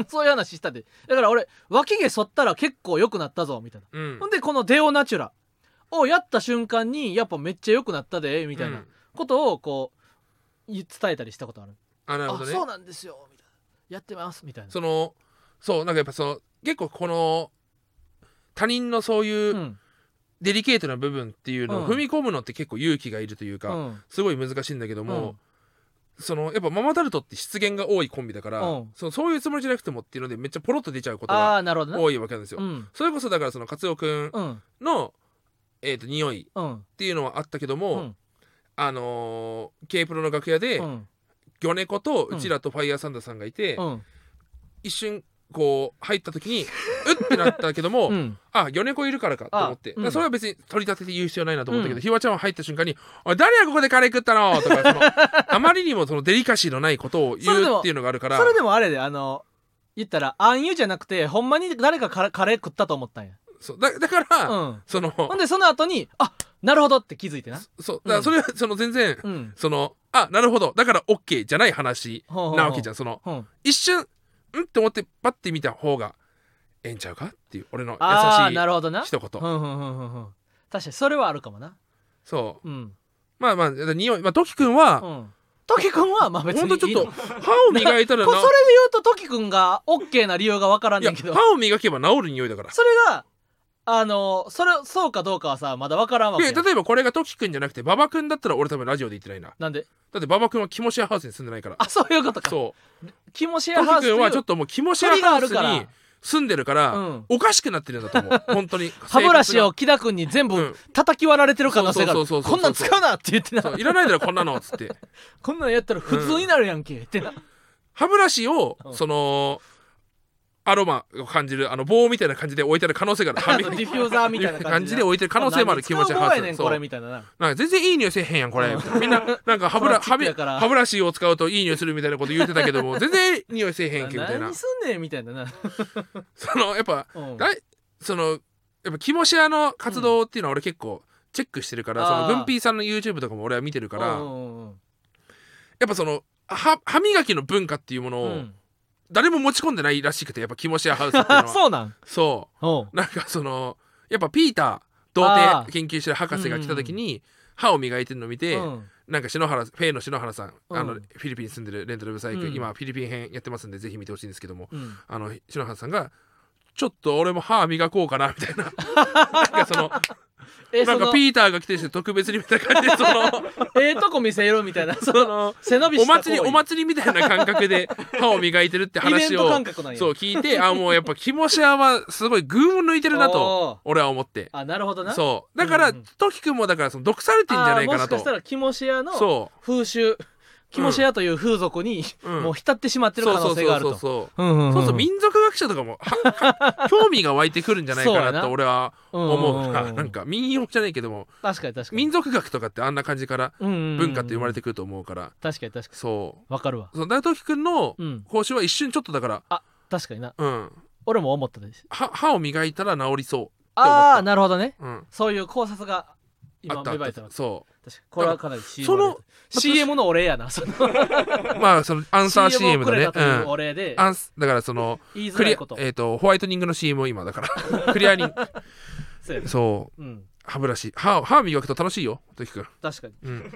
ん、 [laughs] そういう話したでだから俺脇毛剃ったら結構良くなったぞみたいな、
うん
ほんでこのデオナチュラをやった瞬間にやっぱめっちゃ良くなったでみたいなことをこう言伝えたりしたことある
あなるほど
あ
ね
そうなんですよみたいなやってますみたいな
そのそうなんかやっぱその結構この他人のそういううんデリケートな部分っていうの
うん
を踏み込むのって結構勇気がいるという
う
か、
ん
すごい難しいんだけども、そのやっぱママタルトって失言が多いコンビだから、
うん
そのそういうつもりじゃなくてもっていうのでめっちゃポロッと出ちゃうこと
あ
が
あなるほどな
多いわけなんですよ。
うん
それこそだからそのカツオくん
うん
の、えー、と匂いっ
うん
ていうのはあったけど
う
も、
ん
あのー、K プロの楽屋で、
うん
魚猫とうちらとファイヤーサンダーさんがいて、
うん
一瞬こう入った時にうってなったけども、
うん
あ魚猫いるからかと思って
あうん
だからそれは別に取り立てて言う必要ないなと思ったけど、
うん
ひわちゃんは入った瞬間に「おい誰がここでカレー食ったの?」とか
[laughs]
そのあまりにもそのデリカシーのないことを言
それでも
うっていうのがあるから
それでもあれであの言ったら暗湯じゃなくてほんまに誰かカカレー食ったと思ったんや
そうだだから、
うん
その
ほんでその後にあなるほどって気づいてな
そうだからそれはその全然、
うん
その「あなるほどだから OK」じゃない話なわけじゃん
ん
その
ほうほうほ
一瞬「ん?」って思ってパッて見た方がええんちゃうかっていう俺の
う
優
ああ
し
なるほどない
一言
うんうんうんうんうん確かにそれはあるかもな
そう
うん
まあまあだから匂いまあトキ君は、
うんトキ君はまあ別にいい
ほん
の
とちょっと歯を磨いた
[laughs]
ら
こ
な
それで言うとトキ君がオッケーな理由がわからん
い
ね
や
んけど
歯を磨けば治る匂いだから
それがあのそれそうかどうかはさまだわからんわけ
で
やん
例えばこれがトキ君じゃなくて馬場君だったら俺多分ラジオで言ってないな
なんで
だって馬場君はキモシェアハウスに住んでないから
あそういうことか
そ
キモシ
う
ェア
ト
ハウス
キ君は
と
ち
い
ょ
う
っともうキモシェアハウス
鳥がある
に
か
住んでるから、
うん
おかしくなってるんだと [laughs] 思う本当に
歯ブラシを木田君に全
う
部
ん
叩き割られてる可能性がある
そうそうそ
こ
うそ
ん
う
な
そ
ん
う
使うなって言ってな
そういらないだろこんなのっつって
こ
[laughs]
んなんやったら普通になるやんけってな
歯ブラシを
うん
そのアロマを感じるあの棒みたいな感じで置いてある可能性があ [laughs] る
あとディフューザーみたいな感
感
じ
じ
で
で置いてる可能性もある気持ち
が
が
やねんこれみたいなな
なんか全然いい匂いせえへんやんこれみたいなみんななんか歯ブラ
このチッ
歯
プ
ブ
やから
歯ブラシを使うといい匂いするみたいなこと言ってたけども全然匂いせえへんけみた [laughs] いな
何すんねんみたいなな、
そのやっぱ
うん
だいそのやっぱキモシアの活動っていうのは俺結構チェックしてるから、そ
あ
の
ー
グンピーさんの YouTube とかも俺は見てるから、
うんうんうん
やっぱその歯歯磨きの文化っていうもの
[laughs] う
を
ん
誰も持ち込んでないらしくてやっぱキモシアハウスっていうのは
そうなん
そう
おう
なんかそのやっぱピーター童
あ
貞
ー
研究してる博士が来た時に歯を磨いてるの見て、
うん
なんか篠原フェイの篠原さん、あの
う
フ
ん
ィリピンに住んでるレンタルブサイク、
うん
今フィリピン編やってますんでぜひ見てほしいんですけども
うん
あの篠原さんが「ちょっと俺も歯磨こうかな」みたいななんかその
え
なん
そ
か
の
ピーターが来てして特別にみたいな感じで
[laughs]
その
ええとこ見せろみたいなそ
そ
の
の
背伸び
お
した行為
祭りお祭りみたいな感覚で歯を磨いてるって
イベン
話
ト
を
感覚なんや
そう聞いてあもうやっぱキモシアはすごい群を抜いてるな
[laughs]
と
おう
俺は思って
あなるほどなう
そうだから、
うんうん
トキ君もだからその毒されてんじゃないかな
もしか
と
したらキモシアの
そ
風習キモシアという風俗に、
う、うん
もう浸ってしまってる可能性があると
そうそうそうそ
う
う
んうんん
そうそう民族学者とかもはは興味が湧いてくるんじゃない
そうや
かな
な
と俺は
うんん
思う
うん
ななんか民謡じゃないけども
確かに確かに
民族学とかってあんな感じから文
文
化って生まれて
く
くると思うから
確かに確か
そ
にわかるわ
うその大東輝くんの
うん
講習は一瞬ちょっとだから
確かにな
うん
俺も思ったです
歯歯を磨いたら治りそ
ああなるほどね
う、うん、
そういう考察が
あ
今
った
芽生
あ
え
った
わ
た
け
そ
確かにこれはかなり CM
その
の CM のお礼やなその
うまあそのアン
[laughs]
サー CM
をく
だ
れ
ね
たと
う
いうお
ん
礼で
アンスだからその
言いづ
ク
ら
リ
い
ア
こと
えっ、とホワイトニングの CM を今だから [laughs] クリアに
そうやな
そう
うん
歯ブラシ歯を歯を磨くと楽しいよ時くん、
確かに [laughs]
うん、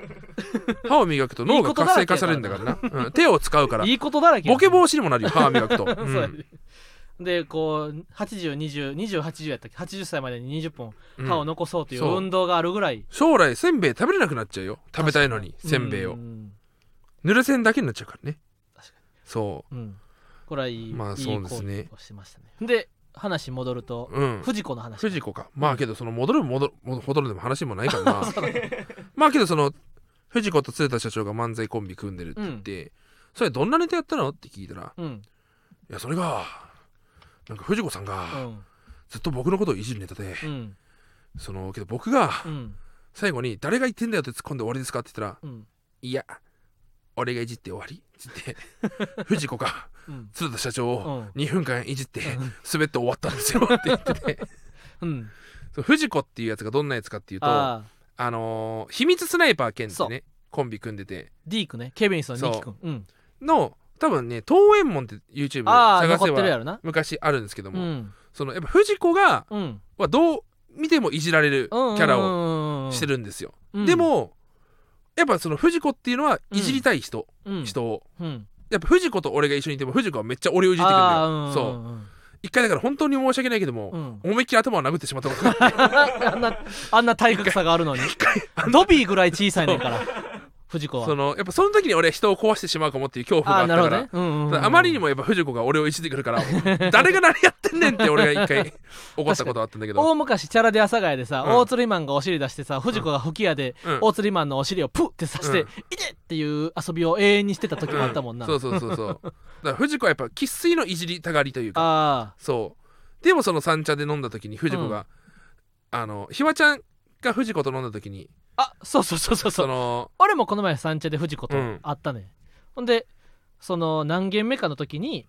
歯を磨くと脳が活性化されるんだからな、うん、手を使うから
いいことだらけや
ボケ防止にもなるよ歯を
[laughs]
磨くと、う
そうやね
ん
でこう80202080やったっけ80歳までに20本
うん
歯を残そうという
そう
運動があるぐらい
将来せんべい食べれなくなっちゃうよ食べたいのにせんべいを
ううん
濡れせんだけになっちゃうからね
確か
そ
うんこれはいい
まあ
いい
そうですね
行為をしてましたねで話戻ると
ううん
藤子の話
藤子かまあけどその戻る戻る戻るでも話もないか
[laughs]
らな [laughs] まあけどその藤子と鶴田社長が漫才コンビ組んでるって言って、それどんなネタやったのって聞いたら
うん
いやそれがなんか藤子さんが、
うん
ずっと僕のことをいじるネタで、
うん
そのけど僕が
うん
最後に「誰が言ってんだよ」って突っ込んで終わりですかって言ったら「
うん
いや俺がいじって終わり」
[laughs]
って言って藤子が
うん
鶴田社長
う
を
ん [laughs]
2分間いじって滑って終わったんですよって言って
[laughs]
て
うん
そう藤子っていうやつがどんなやつかっていうとあ
ああ
のー秘密スナイパー兼って
そう
ねコンビ組んでて
ディークねケビンスのニキ君うん
の多分ね東園門って YouTube で
ああ
探
残
せ
ってるや
ば
ろな
昔あるんですけど
う
も、
ん
そのやっぱ藤子が
うん
はどう見てもいじられるキャラを
を
してるんですよ。
る
でもやっぱその藤子っていうのは
うん
いじりたい人、人を
うん
やっぱ藤子と俺が一緒にいても藤子はめっちゃ俺をいじってくるんだ
あ
よ、
あ
そう一回だから本当に申し訳ないけども、
うんうん
思いっきり頭を殴ってしまっ
[laughs]
たことが
あんなあんな体格差があるのにドビーぐらい小さいねんから藤子は
そのやっぱその時に俺は人を壊してしまうかもっていう恐怖
あ
があ
あ
った
なる
か
ほ
ら
どねうんうんうん
ただあまりにもやっぱ藤子が俺をいじってくるから誰が何やってんねんって俺が一回怒ったことあったんだけど、
大昔チャラで阿佐ヶ谷でさ、
うん
大釣りマンがお尻出してさ藤子が吹き矢で、
うん
大釣りマンのお尻をプッて刺して、
うん
痛いっていう遊びを永遠にしてた時もあったもんな、
そうそうそうそうだから藤子はやっぱ生粋のいじりたがりというか
あ
そうでもその三茶で飲んだ時に藤子が、あのひわちゃんが藤子と飲んだ時に
ああそうそうそうそうそ
そうの
俺もこの前三茶で藤子と
うん
会ったね、ほんでその何軒目かの時に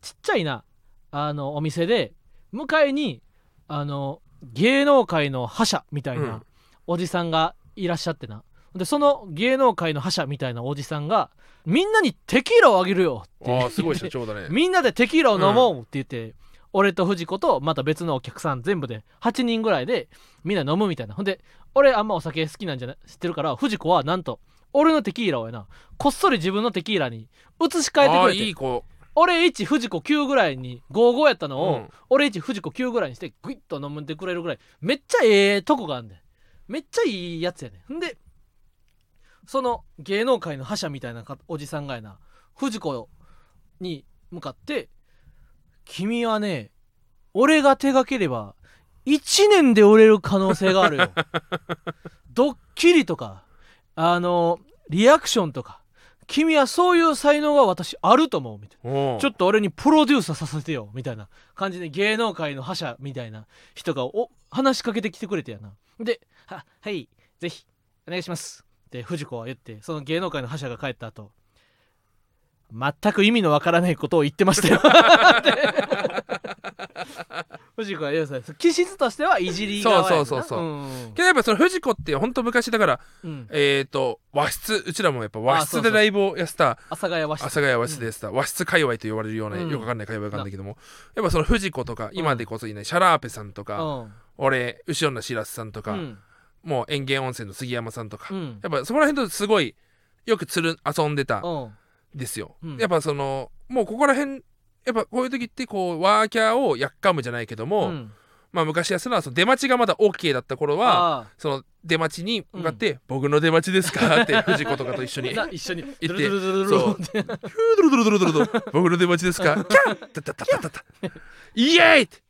ちっちゃいなあのお店で向かいにあの芸能界の覇者みたい
うん
なおじさんがいらっしゃってな、でその芸能界の覇者みたいなおじさんがみんなにテキーラをあげるよって
ああすごい
言
社
って
長だね
みんなでテキーラを飲もうって言って、俺と藤子とまた別のお客さん全部で8人ぐらいでみんな飲むみたいなほんで俺あんまお酒好きなんじゃない知ってるから藤子はなんと俺のテキーラをやなこっそり自分のテキーラに移し替えて
あ
く
あ
れて
いい子
俺1藤子9ぐらいに55やったのを、
うん
俺1藤子9ぐらいにしてグイッと飲んでくれるぐらいめっちゃええとこがあんねんめっちゃいいやつやねんんでその芸能界の覇者みたいなかおじさんがやな藤子に向かって「君はね俺が手がければ1年で売れる可能性があるよ」「ドッキリとかあのリアクションとか君はそういう才能が私あると思う」みたいな。
おう
ちょっと俺にプロデューサーさせてよみたいな感じで芸能界の覇者みたいな人がお話しかけてきてくれてやなで「ははいぜひお願いします」って藤子は言ってその芸能界の覇者が帰った後全く意味のわからないことを言ってましたよ [laughs] って藤子は言うさ気質としてはいじり側やな
そうそうそうそう
うん
けどやっぱその藤子って本当昔だから
うん、
えっ、と和室うちらもやっぱ和
あそうそ
室で
う
ライブをやってた
阿佐ヶ谷和
阿
室
佐ヶ谷和室でやってた、和室界隈と呼ばれるような、
うん
よくわかんない界隈があるんだけどもやっぱその藤子とか今でこそいないシャラーペさんと
う
か、
ん
俺後ろの白洲さんと
う
か、
ん
もう園芸温泉の杉山さんとか、
うん
やっぱそこら辺とすごいよくつるん遊んでたん
うん
ですよ、
うん
やっぱそのもうここら辺やっぱこういう時ってこうワーキャーをやっかむじゃないけども、
うん
まあ昔やすのはその出待ちがまだ OK だった頃は
あ
その出待ちに向かって「僕の出待ちですか?」って藤子とかと一緒
ー [laughs]
に
な一緒に
て
ドゥルドゥルドゥルドゥル
そうドロドロドロドロドロ僕の出待ちです
[laughs]
かキャッタタタタタタイエーイって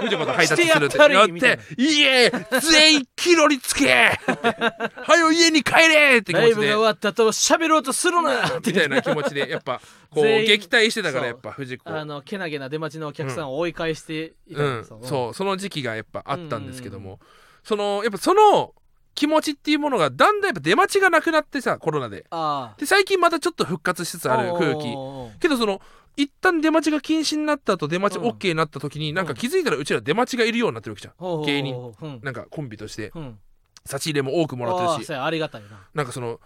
藤子とハイタッチするって
してや
な
っ
った
りみたい
て
な
イエーイ全員キロにつけ
[laughs]
ってはよ家に帰れって気
ライ
持ち
ブが
で
終わった後喋ろうとするな
みたいな気持ちでやっぱこう
全員
撃退してたから
そう
やっぱ藤子
あのけなげな出待ちのお客さんを追い返していた
うんん
ですよ
そうその時期がやっぱあったんですけどもそのやっぱその気持ちっていうものがだんだんやっぱ出待ちがなくなってさコロナで
あ
で最近またちょっと復活しつつ
あ
ある空気
おー
けどその一旦出待ちが禁止になった後出待ち
うん
OK になった時に、なんか気づいたらうちら出待ちがいるようになってるわけじゃん
おーおー
芸人
おーうん
なんかコンビとして
うん
差し入れも多くもらって
あ
る
ー
し
そうやありがたいな
なんかその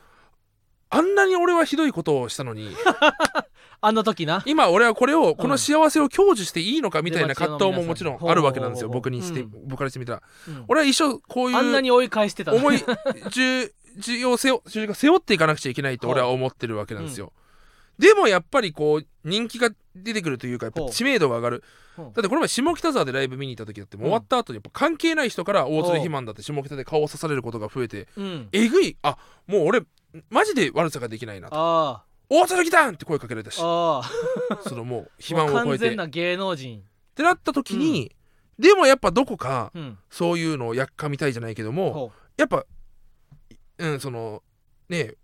あんなに俺はひどいことをしたのに [laughs]
あの時な
今俺はこれをこの幸せを享受していいのかみたいな葛藤ももちろんあるわけなん
[laughs]
ですよ
出待
僕
ちの皆さ
にし
ん
て、
うん
僕からしてみたら
うん
俺は一生こうい
あんな
う
に追い返してたな
重い重重要性を重要背負っていかなくちゃいけないと俺は思ってるわけなんですよ、でもやっぱりこう人気が出てくるというかやっぱ
ほう
知名度が上がる
ほう
だってこの前下北沢でライブ見に行った時だってもう
うん
終わった後にやっぱ関係ない人から大
ほう
鶴肥満だって下北で顔を刺されることが増えて
うん
えぐいあもう俺マジで悪さができないなと
あ
大鶴来たんって声かけられたし
ーあー
そのもう肥満を
完
超えて
全
っ
な芸能人
てなった時に、でもやっぱどこか
うん
そういうのをやっかみたいじゃないけども、
ほ
やっぱうんそのねえ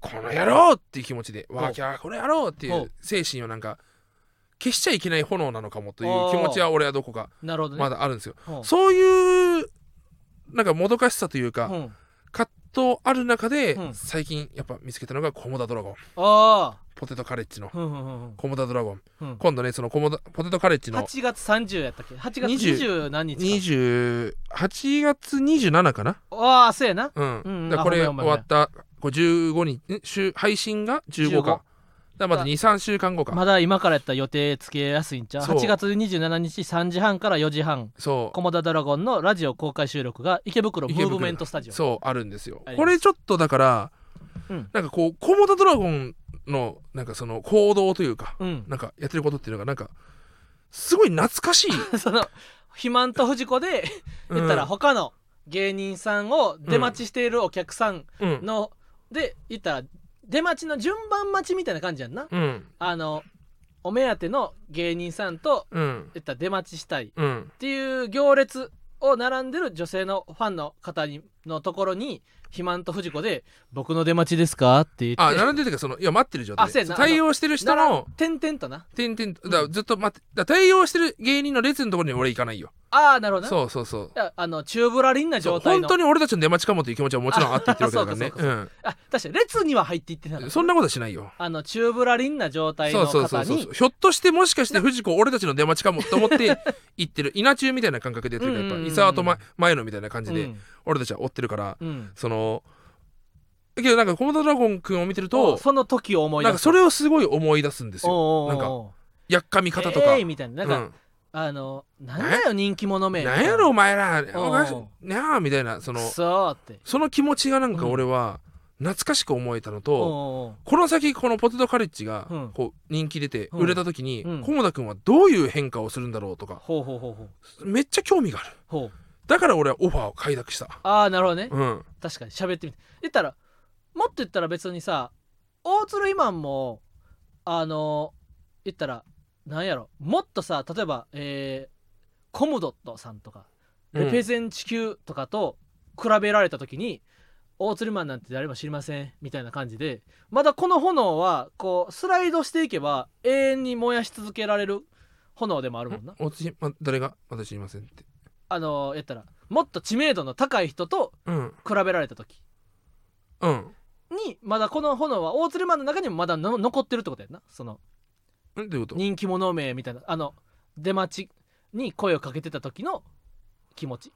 この野郎っていう気持ちで
う
ワーキャーこの野郎ってい
ほ
う
う
精神をなんか消しちゃいけない炎なのかもとい
あ
う
ー
気持ちは俺はどこか
うなるほどね
まだあるんですよ、
ほう
そういうなんかもどかしさという
う
か
ん
葛藤ある中で
うん
最近やっぱ見つけたのがコモダドラゴン
あ
ポテトカレッジの
あうんうんうん
コモダドラゴン
うんうん
今度ねそのコモダポテトカレッジの
8月30やったっけ8月
20
20何日か
28月27かな
ああそうやな
うん、
うん
だからこれ
あほんまやほんま
終
や
わったこれ15日ん週配信が15
15
かだからまだ23週間後か、
まだ今からやったら予定つけやすいんちゃう
そう
8月27日3時半から4時半
そ
コモダドラゴンのラジオ公開収録が池袋ム
池袋
ーブメントスタジ
う
オ
そうあるんですよ
あります
これちょっとだから、
うん
なんかこうコモダドラゴンのなんかその行動というか、
うん [laughs]
なんかやってることっていうのがなんかすごい懐かしい
その肥満と藤子で [laughs] 言ったら他の芸人さんを出待ちしているお客さん
うん、うん
の、で言ったら出待ちの順番待ちみたいな感じやんな、
うん
あのお目当ての芸人さんと
うん
言ったら出待ちしたいっ
うん
ていう行列を並んでる女性のファンの方にのところに肥満と藤子で「僕の出待ちですか?」って言って
あ並んでるというかそのいや待ってる状態
あそうやな
対応してる人の
点々とな
点々
ん
だからずっと待ってだから対応してる芸人の列のところに俺行かないよ
ああなるほどな
そうそうそう
いやあのチューブラリンな
そう
状態
本
の
当に俺たちの出待ちかもという気持ちはもちろんあって言ってるわけ
あ
だからね
そうかそうあ確かに列には入っていってな
う
かっ
ん
た
そんなことはしないよ
あのチューブラリンな状態
そ
の
うそうそう
方
そう
に
ひょっとしてもしかして藤子俺たちの出待ちかもと思って行ってる稲中みたいな感覚でやってるからや
うん
っ
うん
ぱ
うん
伊沢とま前野みたいな感じ
う
で
ん
俺たちは追ってるから
うん
そのけどなんかコモドドラゴンくんを見てる
お
と
その時を思い出
なん
す
かそれをすごい思い出すんですよ
を
なんかやっかみ方とか
えー、みたいななんか、あのなんだよ人気者
う
め
んなんやろお前ら
おう
おかしにゃーみたいなそ
く
の
そーって
その気持ちがなんか俺は懐かしく思えたのと、
お
この先このポテトカレッジが
うん
こう人気出て
うん
売れた時に
うん
菰田君はどういう変化をするんだろうとか
ほうほうほうほう
めっちゃ興味がある
ほう
だから俺はオファーを快諾した
ああなるほどね、
うん
確かに喋ってみて言ったらもっと言ったら別にさ大鶴イマンもあの言ったらなんやろもっとさ例えば、えーコムドットさんとか
うん
レペゼン地球とかと比べられた時に、大鶴マンなんて誰も知りませんみたいな感じでまだこの炎はこうスライドしていけば永遠に燃やし続けられる炎でもあるもんな
おつひま誰がまだ知りませんって
あのやったらもっと知名度の高い人と
うん
比べられた時
うん
にまだこの炎は大鶴マンの中にもまだの残ってるってことやんなその
うんどういうこと
人気者名みたいなあの出待ちに声をかけてた時の気持ち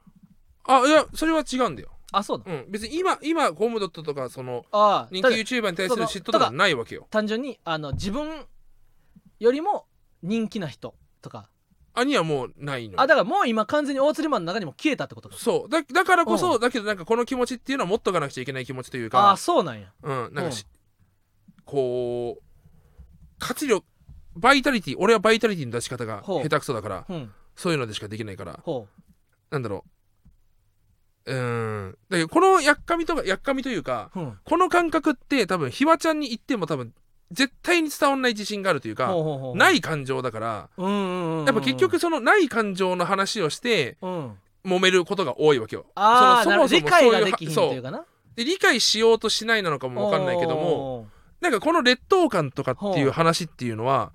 あいやそれは違うんだよ、
あそうなの
うん、別に今今ホームドットとかその
ああ
人気
ただ
YouTuber に対する
そ
嫉
の
妬とかないわけよ
単純にあの自分よりも人気な人とか
あにはもうないの
あだからもう今完全に大釣りマンの中にも消えたってことか
そうだだからこそ、
う
だけどなんかこの気持ちっていうのは持っとかなくちゃいけない気持ちという
ああ
か
そうなんや
うんなんかし、こう活力バイタリティ俺はバイタリティの出し方が
ほう
下手くそだから
うん
そういうのでしかできないから
ほ
なんだろううーんだけどこのやっかみとかやっかみというか
う、うん、
この感覚って多分ひわちゃんに言っても多分絶対に伝わんない自信があるという
ほう
か
ほうほう
ない感情だから
うんうんうんうん
やっぱ結局そのない感情の話をして
うん
揉めることが多いわけよ。
ああ
そ
なる
の
ほど理解が
は
できひんと
そ
いうかな
で理解しようとしないなのかもわかんないけども
おー
なんかこの劣等感とかって
ほ
いう
う
話っていうのは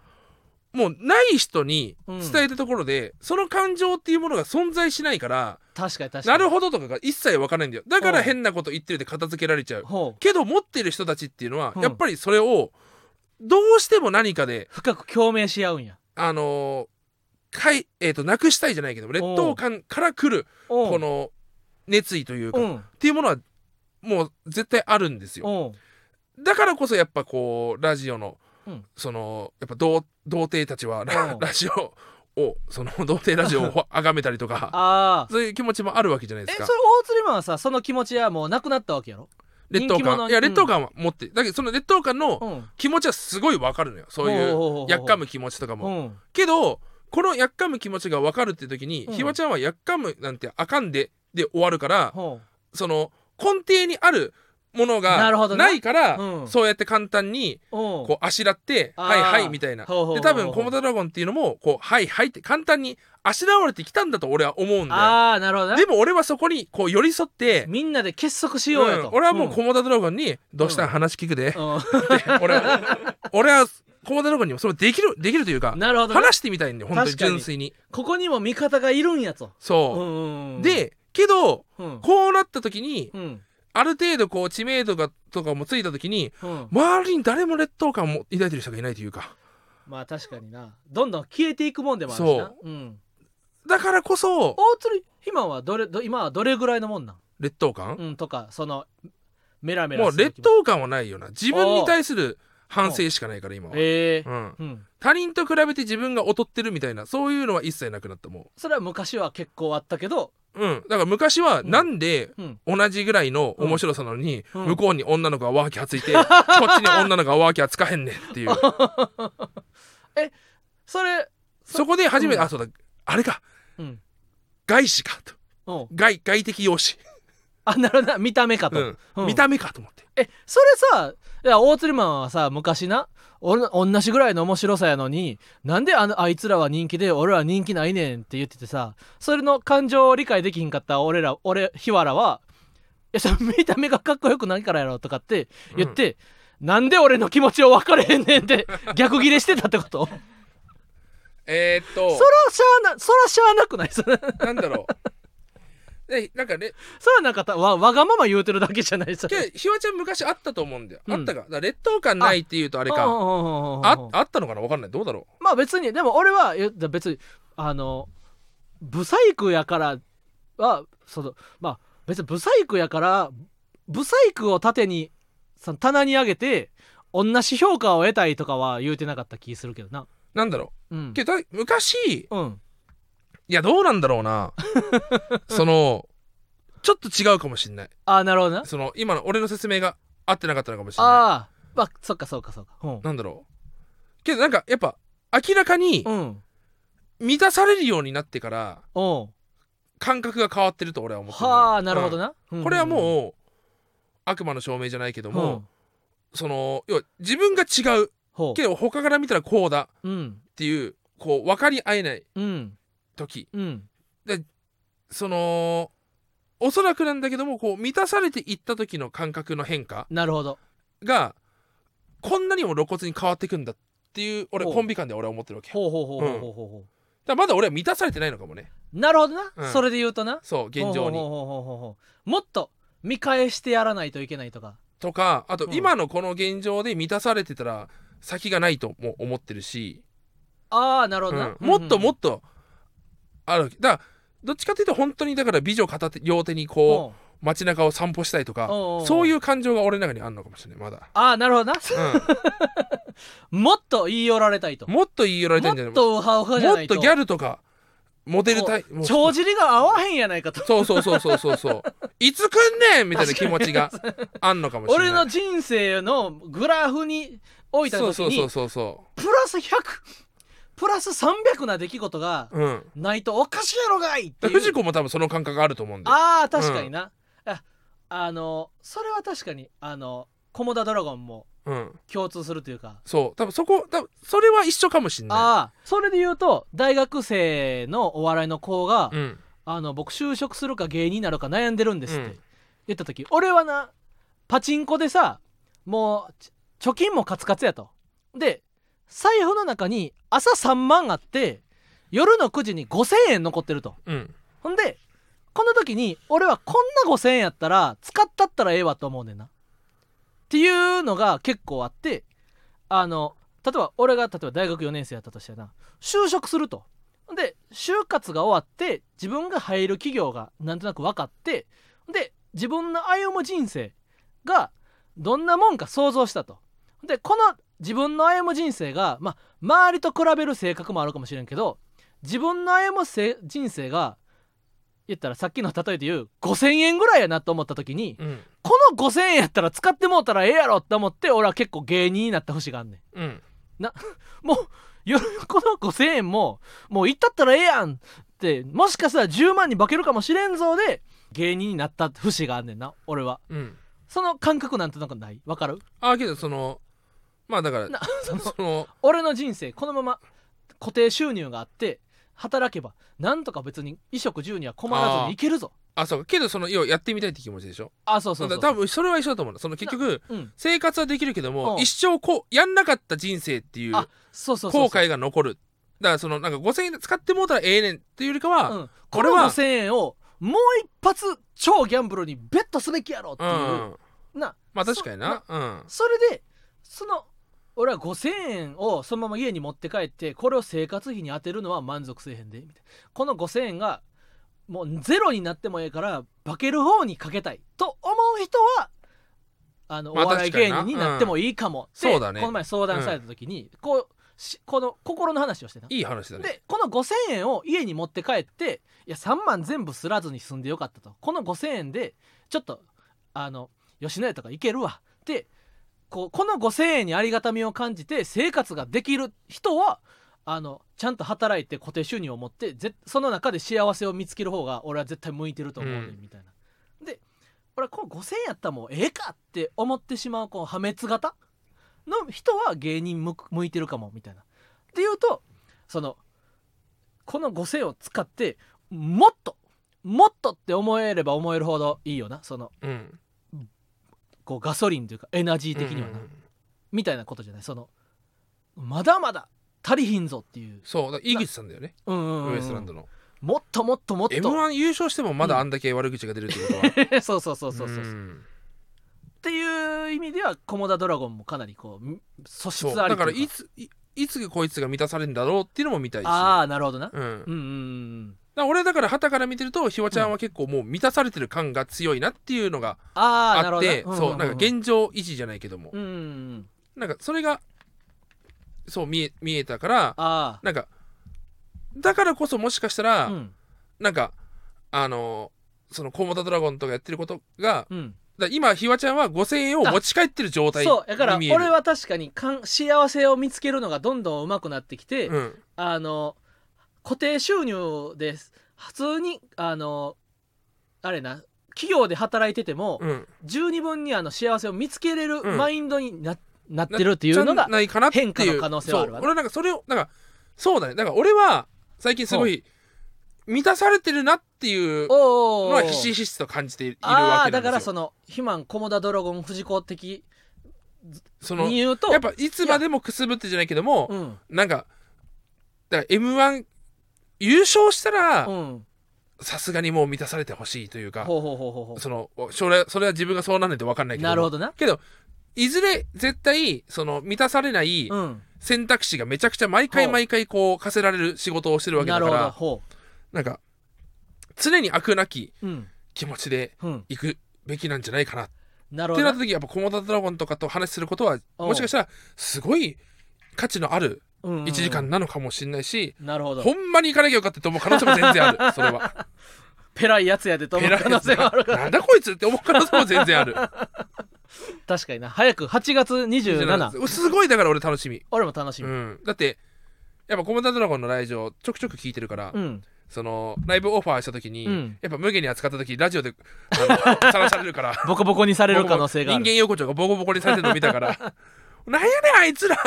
もうない人に伝えたところで、その感情っていうものが存在しないから
確かに確か
な
に
るほどとかが一切わかんないんだよだか
う
ら
ん
変なこと言ってるで片付けられちゃう
ほう
けど持ってる人たちっていうのは
うん
やっぱりそれをどうしても何かで
深く共鳴し合うんや
あのーかいえー、となくしたいじゃないけど劣等感から来る
おう
この熱意というか、
う
っ
ん
ていうものはもう絶対あるんですよ
おう
だからこそやっぱこうラジオの、
うん
そのやっぱ童童貞たちはラ
うん
[laughs] ラジオをその童貞ラジオ
[laughs]
をあがめたりとか
ああ
そういう気持ちもあるわけじゃない
え
で
そ
す
れ
か
大釣りマンはさその気持ちはもうなくなったわけやろ
劣等
人気者
感いや劣等感は持ってるだけどその劣等感の
ん
気持ちはすごいわかるのよそうい
う
うやっかむ気持ちとか
う
も
ん
けどこのやっかむ気持ちが分かるって時に、
うん
ひわちゃんはやっかむなんてあかんでで終わるから
ほ
その根底にあるもの
なるほ
が
どな
ないから
うん
そうやって簡単に
うおう
こうあしらって「
あー
はいはい」みたいな。
ほうほうほう
で多分「コモダドラゴン」っていうのもこう「はいはい」って簡単にあしらわれてきたんだと俺は思うんだ
ああなるほど
よ。
な
でも俺はそこにこう寄り添って、
みんなで結束しようよと、
うん俺はもう
うん
コモダドラゴンに「どうしたん話聞くで」って
う
俺は俺はコモダドラゴンにもそれできるできるというか
んなるほどね、
話してみたいんで本当に
確かに
純粋に。
ここにも味方がいるんやと、
そうう、
んうんうん、
でけど
うん
こうなった時に
うん
ある程度こう知名度がとかもついた時に
うん
周りに誰も劣等感を抱いてる人がいないというか
まあ確かになどんどん消えていくもんでもあるしなう、ん、
だからこそ
大鶴ひまはどれど今はどれぐらいのもんなん、
劣等感、
うん、とかそのメラメラ
もう
する
劣
気持ち
等感はないよな自分に対する反省しかないから今は、
ええ
うん、
うん、
他人と比べて自分が劣ってるみたいなそういうのは一切なくなったも
それは昔は結構あったけど、
う、うん、だから昔はなんで
うん、
同じぐらいの面白さなのに、
うん
向こうに女の子がワーキャ
[laughs]
ーついて、こっちに女の子がワーキャーつかへんねんっていう
それ、
そこで初めて、
うん
あそうだあれか
うん、
外視か
う
と
ん
外外的容姿、
あなるほどな見た目かと、
うん
うん
見た目かと思って
えそれさいや大釣りマンはさ昔な俺同じぐらいの面白さやのになんであのあいつらは人気で俺ら人気ないねんって言っててさそれの感情を理解できひんかった俺ら俺日原はいやそれ見た目がかっこよくないからやろとかって言って、なんで俺の気持ちを分かれへんねんって逆ギレしてたってことそら
えーっと
しゃあなそらしゃあなくないそれ
なんだろうでなんかね
そらなんかたわわがまま言うてるだけじゃないさ
けどひわちゃん昔あったと思うんだよ、
うん
あったかだから劣等感ないっていうとあれかああったのかなわかんないどうだろ
まあ別にでも俺は言った別にあのブサイクやからはそのまあ別にブサイクやからブサイクを盾にその棚に上げて同じ評価を得たいとかは言うてなかった気するけどな。
うなんだろ
うん
うけどだ昔
うん、
いやどうなんだろうな [laughs] そのちょっと違うかもしんない
ああなるほどな。
その今の俺の説明が合ってなかったのかもしんな
ああまあそっかそっかそっか。うん
いなんだろうけどなんかやっぱ明らかに
うん
満たされるようになってから
お
感覚が変わってると俺は
う
思ってんだよ
はあなるほど
うん
な。うん
これはもう悪魔の証明じゃないけど
うん
も、その要は自分が違う
ほ
けど他から見たらこうだ
ううん
っていうこう分かり合えない
うん
時
うん
そのおそらくなんだけどもこう満たされていった時の感覚の変化
なるほど
がこんなにも露骨に変わっていくんだっていう俺
ほう
コンビ感で俺は思ってるわけだか
ほうほうほうほうほうほうほ
らまだ俺は満たされてないのかもね
うなるほどな、
うん
それで言うとな
そう現状
ほう
に
ほうほうほうほうほうもっと見返してやらないといけないとか
とかあと
うん
今のこの現状で満たされてたら先がないとも思ってるし
ああなるほど
うん
な、
もっとも
と
っとあるわけだからどっちかというと本当にだから美女片手両手にこう街中を散歩したいとか
おうおう
そういう感情が俺の中にあるのかもしれないま
[laughs]
だ、
ああなるほどな
う
もっと言い寄られたいと
ん、
も
もっと言い寄られてんじゃない
っとウハウハじゃ
も
な
っ
いと
とギャルとかモデルタイプ
帳尻が合わへんやないかと
そうそうそうそうそうそういつ来んねんみたいな気持ちがあんのかもしれない
俺の人生のグラフに置いた
そう
時
そうそ
に
うそうそ
プラス100プラス300な出来事が
ううん
ないとおかしいやろがいっていう
藤子も多分その感覚あると思うんだよ
あー確かにな、ああのそれは確かにあのコモダドラゴンも
うん
共通するというか
そう多分そこ多分それは一緒かもしんな
ああそれで言うと大学生のお笑いの子が、
いうん
あの僕就職するか芸人になるか悩んでるんですって、
うん
言った時俺はなパチンコでさもうち貯金もカツカツやとで財布の中に朝3万あって夜の9時に5,000円残ってると
うん
ほんでこの時に俺はこんな5,000円やったら使ったったらええわと思うねんなっていうのが結構あってあの例えば俺が例えば大学4年生やったとしてな就職するとで就活が終わって自分が入る企業がなんとなく分かってで自分の歩む人生がどんなもんか想像したとでこの自分の歩む人生がまあ周りと比べる性格もあるかもしれんけど自分の歩むせ人生が言ったらさっきの例えで言う5,000円ぐらいやなと思った時に
うん
この5,000円やったら使ってもうたらええやろって思って俺は結構芸人になった節があんね
うん
んもう夜この5,000円ももういったったらええやんってもしかしたら10万に化けるかもしれんぞで芸人になった節があんねんな俺は
うん
その感覚なんとなくないわかる
ああけどそのまあだから
な [laughs] その
その
俺の人生このまま固定収入があって働けばなんとか別に衣食住には困らずにいけるぞ
あそうけどその要はやってみたいって気持ちでしょ
あそうそうそう
多分それは一緒だと思うのその結局
うん
生活はできるけども
うん
一生こうやんなかった人生っていう
あそうそうそうそう
後悔が残るだからそのなんか5,000円で使ってもうたらええねんっていうよりかは、
うん、こ
これ
の
は
5000円をもう一発超ギャンブルにベットすべきやろっていう、
うん
な
まあ確かになうん
それでその俺は5000円をそのまま家に持って帰ってこれを生活費に充てるのは満足せえへんでみたいなこの5000円がもうゼロになってもええから化ける方にかけたいと思う人はあの、
まあ
お笑い
確か
芸
に
人に
な
なってもいいかもって、
そうだね
この前相談された時に、こうしこの心の話をしてない
い話だね
でこの5,000円を家に持って帰っていや3万全部すらずに済んでよかったとこの5,000円でちょっとあの吉野家とか行けるわってこうこの5,000円にありがたみを感じて生活ができる人はあのちゃんと働いて固定収入を持ってぜその中で幸せを見つける方が俺は絶対向いてると思うね、
うん
みたいな。で俺はこの5,000円やったらもうええかって思ってしまうこう破滅型の人は芸人向く向いてるかもみたいな。っていうとそのこの5,000を使ってもっともっとって思えれば思えるほどいいよなその
うん
こうガソリンというかエナジー的にはな、
うん
みたいなことじゃないそのまだまだ足りひんぞっていう,、
そうだから井口さんだよね
うんうんうん
ウエストランドの
もっともっともっと
m 1優勝してもまだあんだけ悪口が出るってことは
そうそう [laughs] そうそうそう、っ
ん
ていう意味では「コモダドラゴン」もかなりこう素質
そう
あり
だから
という
いついいつこいつが満たされるんだろうっていうのも見たいし
ああなるほどな、
うん、だか
うん、うんうんうん
ら俺だから旗から見てるとひわちゃんは結構もう満たされてる感が強いなっていうのが
ああなる
あっ
ほど
てそうなんか現状維持じゃないけども
うんうんうん
なんかそれがそう見え見えたから
あ
なんかだからこそもしかしたら、
あうん
なんかあのーそのコモダドラゴンとかやってることが
うん
だ今ひわちゃんは5000円を持ち帰ってる状態に見え
そ
る
うだから俺、は確かにかん幸せを見つけるのがどんどん上手くなってきて、
うん、
あの固定収入です普通にあのあれな企業で働いてても、
うん、
十二分にあの幸せを見つけれる
うん
マインドにな,、なってるっていうの
な
が
んないかなっていう
変化の可能性はあるわ
そう俺はなんかそれをなんかそうだねだから俺は最近すごい満たされてるなってい
お
うの
ーお
は
ー
ひしひしと感じている
あ
わ
あ
けな
だ
んで
から
す
そ
よ。
の肥満コモダドラゴン藤子的
その
に言うと
やっぱいつまでもくすぶってじゃないけども、
うん
なんかだから m 1優勝した
う
ら
ん
さすがにもう満たされてほしいというか
ほうほうほうほうほ
その将来それは自分がそうなんないと分かんないうけど
なるほどな
けどいずれ絶対その満たされない
うん
選択肢がめちゃくちゃ毎回
ほう
毎回こう課せられる仕事をしてるわけ
な
だ
る
か
ほど
ら
ほ
なんか常に悪なき
ううん
気持ちで
うん
行くべきなんじゃないかなっ
なるほ
て
ど
なっ
な
た時やっぱ「コモダドラゴン」とかと話することは
おう
もしかしたらすごい価値のある
うんうんうん
1時間なのかもしれないし、
なるほど
ほんまに行かなきゃよかったと思う可能性も全然あ
[laughs]
るそれは
ペラいやつやでと思う可能性もあるから
なんだこいつって思う可能性も
[laughs]
全然ある
確かにな早く8月27
すごいだから俺楽しみ、
俺も楽し
う
み
ん、だってやっぱ「コモダドラゴン」の来場ちょくちょく聞いてるから、
うん
そのライブオファーした時に、
うん
やっぱ無限に扱った時ラジオであ
[laughs]
のさらされるから
ボコボコにされる可能性があ
人間
る
横丁がボコボコにされてるの見たから [laughs] なんやねんあいつら、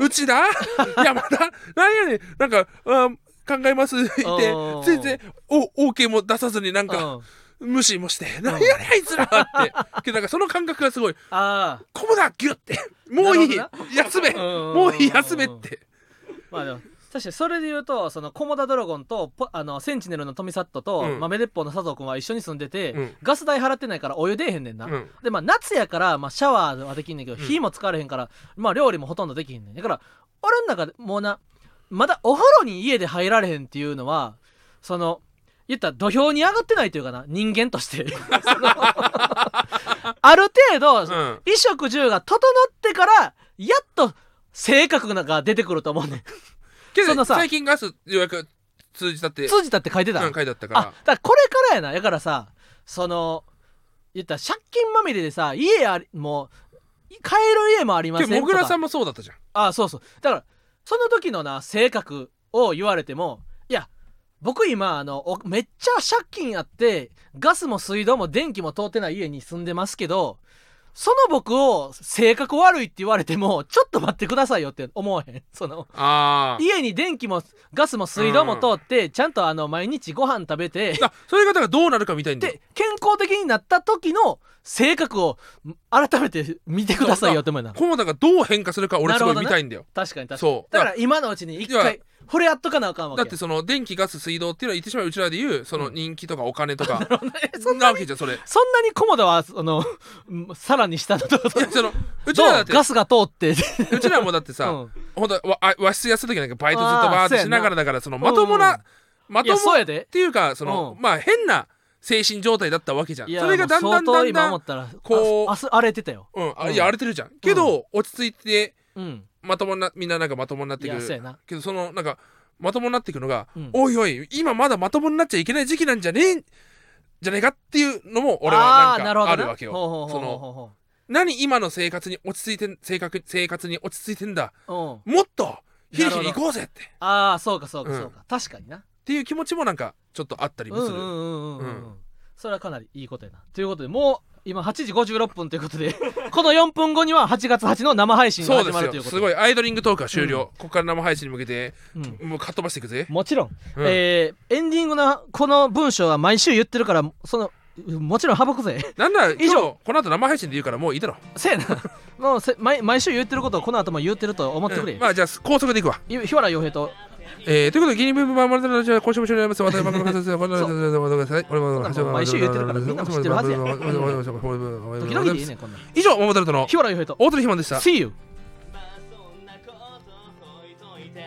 うちだ [laughs] 山田なんやねんなんか、うん考えますって言って
おー
全然お OK も出さずになんか
うん
無視もしてなんやねんあいつらってけどなんかその感覚がすごい
ああ
「コムだギュッてもういい
なる
休め
うんうんうん
もういい休め」って
まあでも確かにそれで言うとそのコモダドラゴンとポあのセンチネルの富里と、
うん
まあ、メデッポウの佐藤君は一緒に住んでて、
うん
ガス代払ってないからお湯出えへんねんな、
うん
でまあ夏やから、まあ、シャワーはできんねんけど、火も使われへんから、まあ、料理もほとんどできへんねんだから俺の中でもうなまだお風呂に家で入られへんっていうのはその言ったら土俵に上がってないというかな人間として [laughs] そのある程度、
うん
衣食住が整ってからやっと性格なんか出てくると思うねん
け
その
ど
さ
最近ガス予約通じたって
通じたって書いてた
何回だったか
あだ
ら
からこれからやなだからさその言ったら借金まみれでさ家ありもう買える家もありませ
け
ん
どもぐらさ
ん
んもそうだったじゃん
あそうそうだからその時のな性格を言われてもいや僕今あのおめっちゃ借金あってガスも水道も電気も通ってない家に住んでますけどその僕を性格悪いって言われてもちょっと待ってくださいよって思わへんその
あー
家に電気もガスも水道も通ってちゃんとあの毎日ご飯食べて
あそういう方がどうなるかみたいんだよ
で健康的になった時の性格をん改めて見てくださいよって思うな
駒田がどう変化するか俺すごい見たいんだよ、
確かに確かに
そう
だか
だからら
今のうちに一
いや
回触れ合っとかなあかんわけ
だ
や
ってその電気ガス水道っていうのは言ってしまえばうちらでいうその人気とかお金とか、
[laughs] そん
な
な
わけじゃ
[laughs]
んそれい
そんなにコモダはその [laughs] うんさらに下のとこ
やそのうち
ど
らだ
う
って
ガスが通って
うちらもだってさ、
うん
ほんとわあ和室やってた時なんかバイトずっとバーってしながらだからそのまとも
うん
なま
い
と
や
も
そう
っ
やで
ていうかその、
うん
まあ変な精神状態だったわけじゃん
いや
それがだんだん
もう
だ
相当
ん
今
だん
思ったら
こう
ああす荒れてたよ
うんあ
うん
いや荒れてるじゃんけど、落ち着いて
うん
まともなみんななんかまともになっ
い
てく
やそう
る
やな
けどそのなんかまともになっていくのが、
うん
おいおい今まだまともになっちゃいけない時期なんじゃねえんじゃねえかっていうのも俺は
ー
な
なんるほ
か
ど
あ
な
るわけよ
ほうほうほ
そ
ほ
う
う
の
ほ
何今の生活に落ち着いてん性格生活に落ち着いてんだ
うほううん
もっとヒリヒリ行こうぜってっ
ああそうかそうかそうか確かにな
ていう気持ちもなんかちょっとあったりも
うん
す
う
る、
んうんうんうん、う
うん
ん、それはかなりいいことやなということでもう今8時56分ということで [laughs] この4分後には8月8の生配信が
そう
始
で
まするという
よ
こと
すごいアイドリングトークは終了、ここから生配信に向けて
うん
もうかっ飛ばしていくぜ、
もちろん、
うん
えーエンディングのこの文章は毎週言ってるからそのもちろん省くぜ
なんなら
以
以
上
上この後生配信で言うからもういいだろ、
せやなもうせ毎毎週言ってることをこの後も言ってると思ってくれ、
うんまあじゃあ高速でいくわ
い日原洋平と
えー、ということで、ギリブームバーマルタラジオは今週も終了になります。私、番組の方です。こんなのでございますはいこれも
そんなもん毎週言ってるからみんなも知ってるはずや時々でいいねんこんなん
以上、桃太郎との
日原洋平と
大鳥ひまんでした。
See you!
まあそんなことほいといて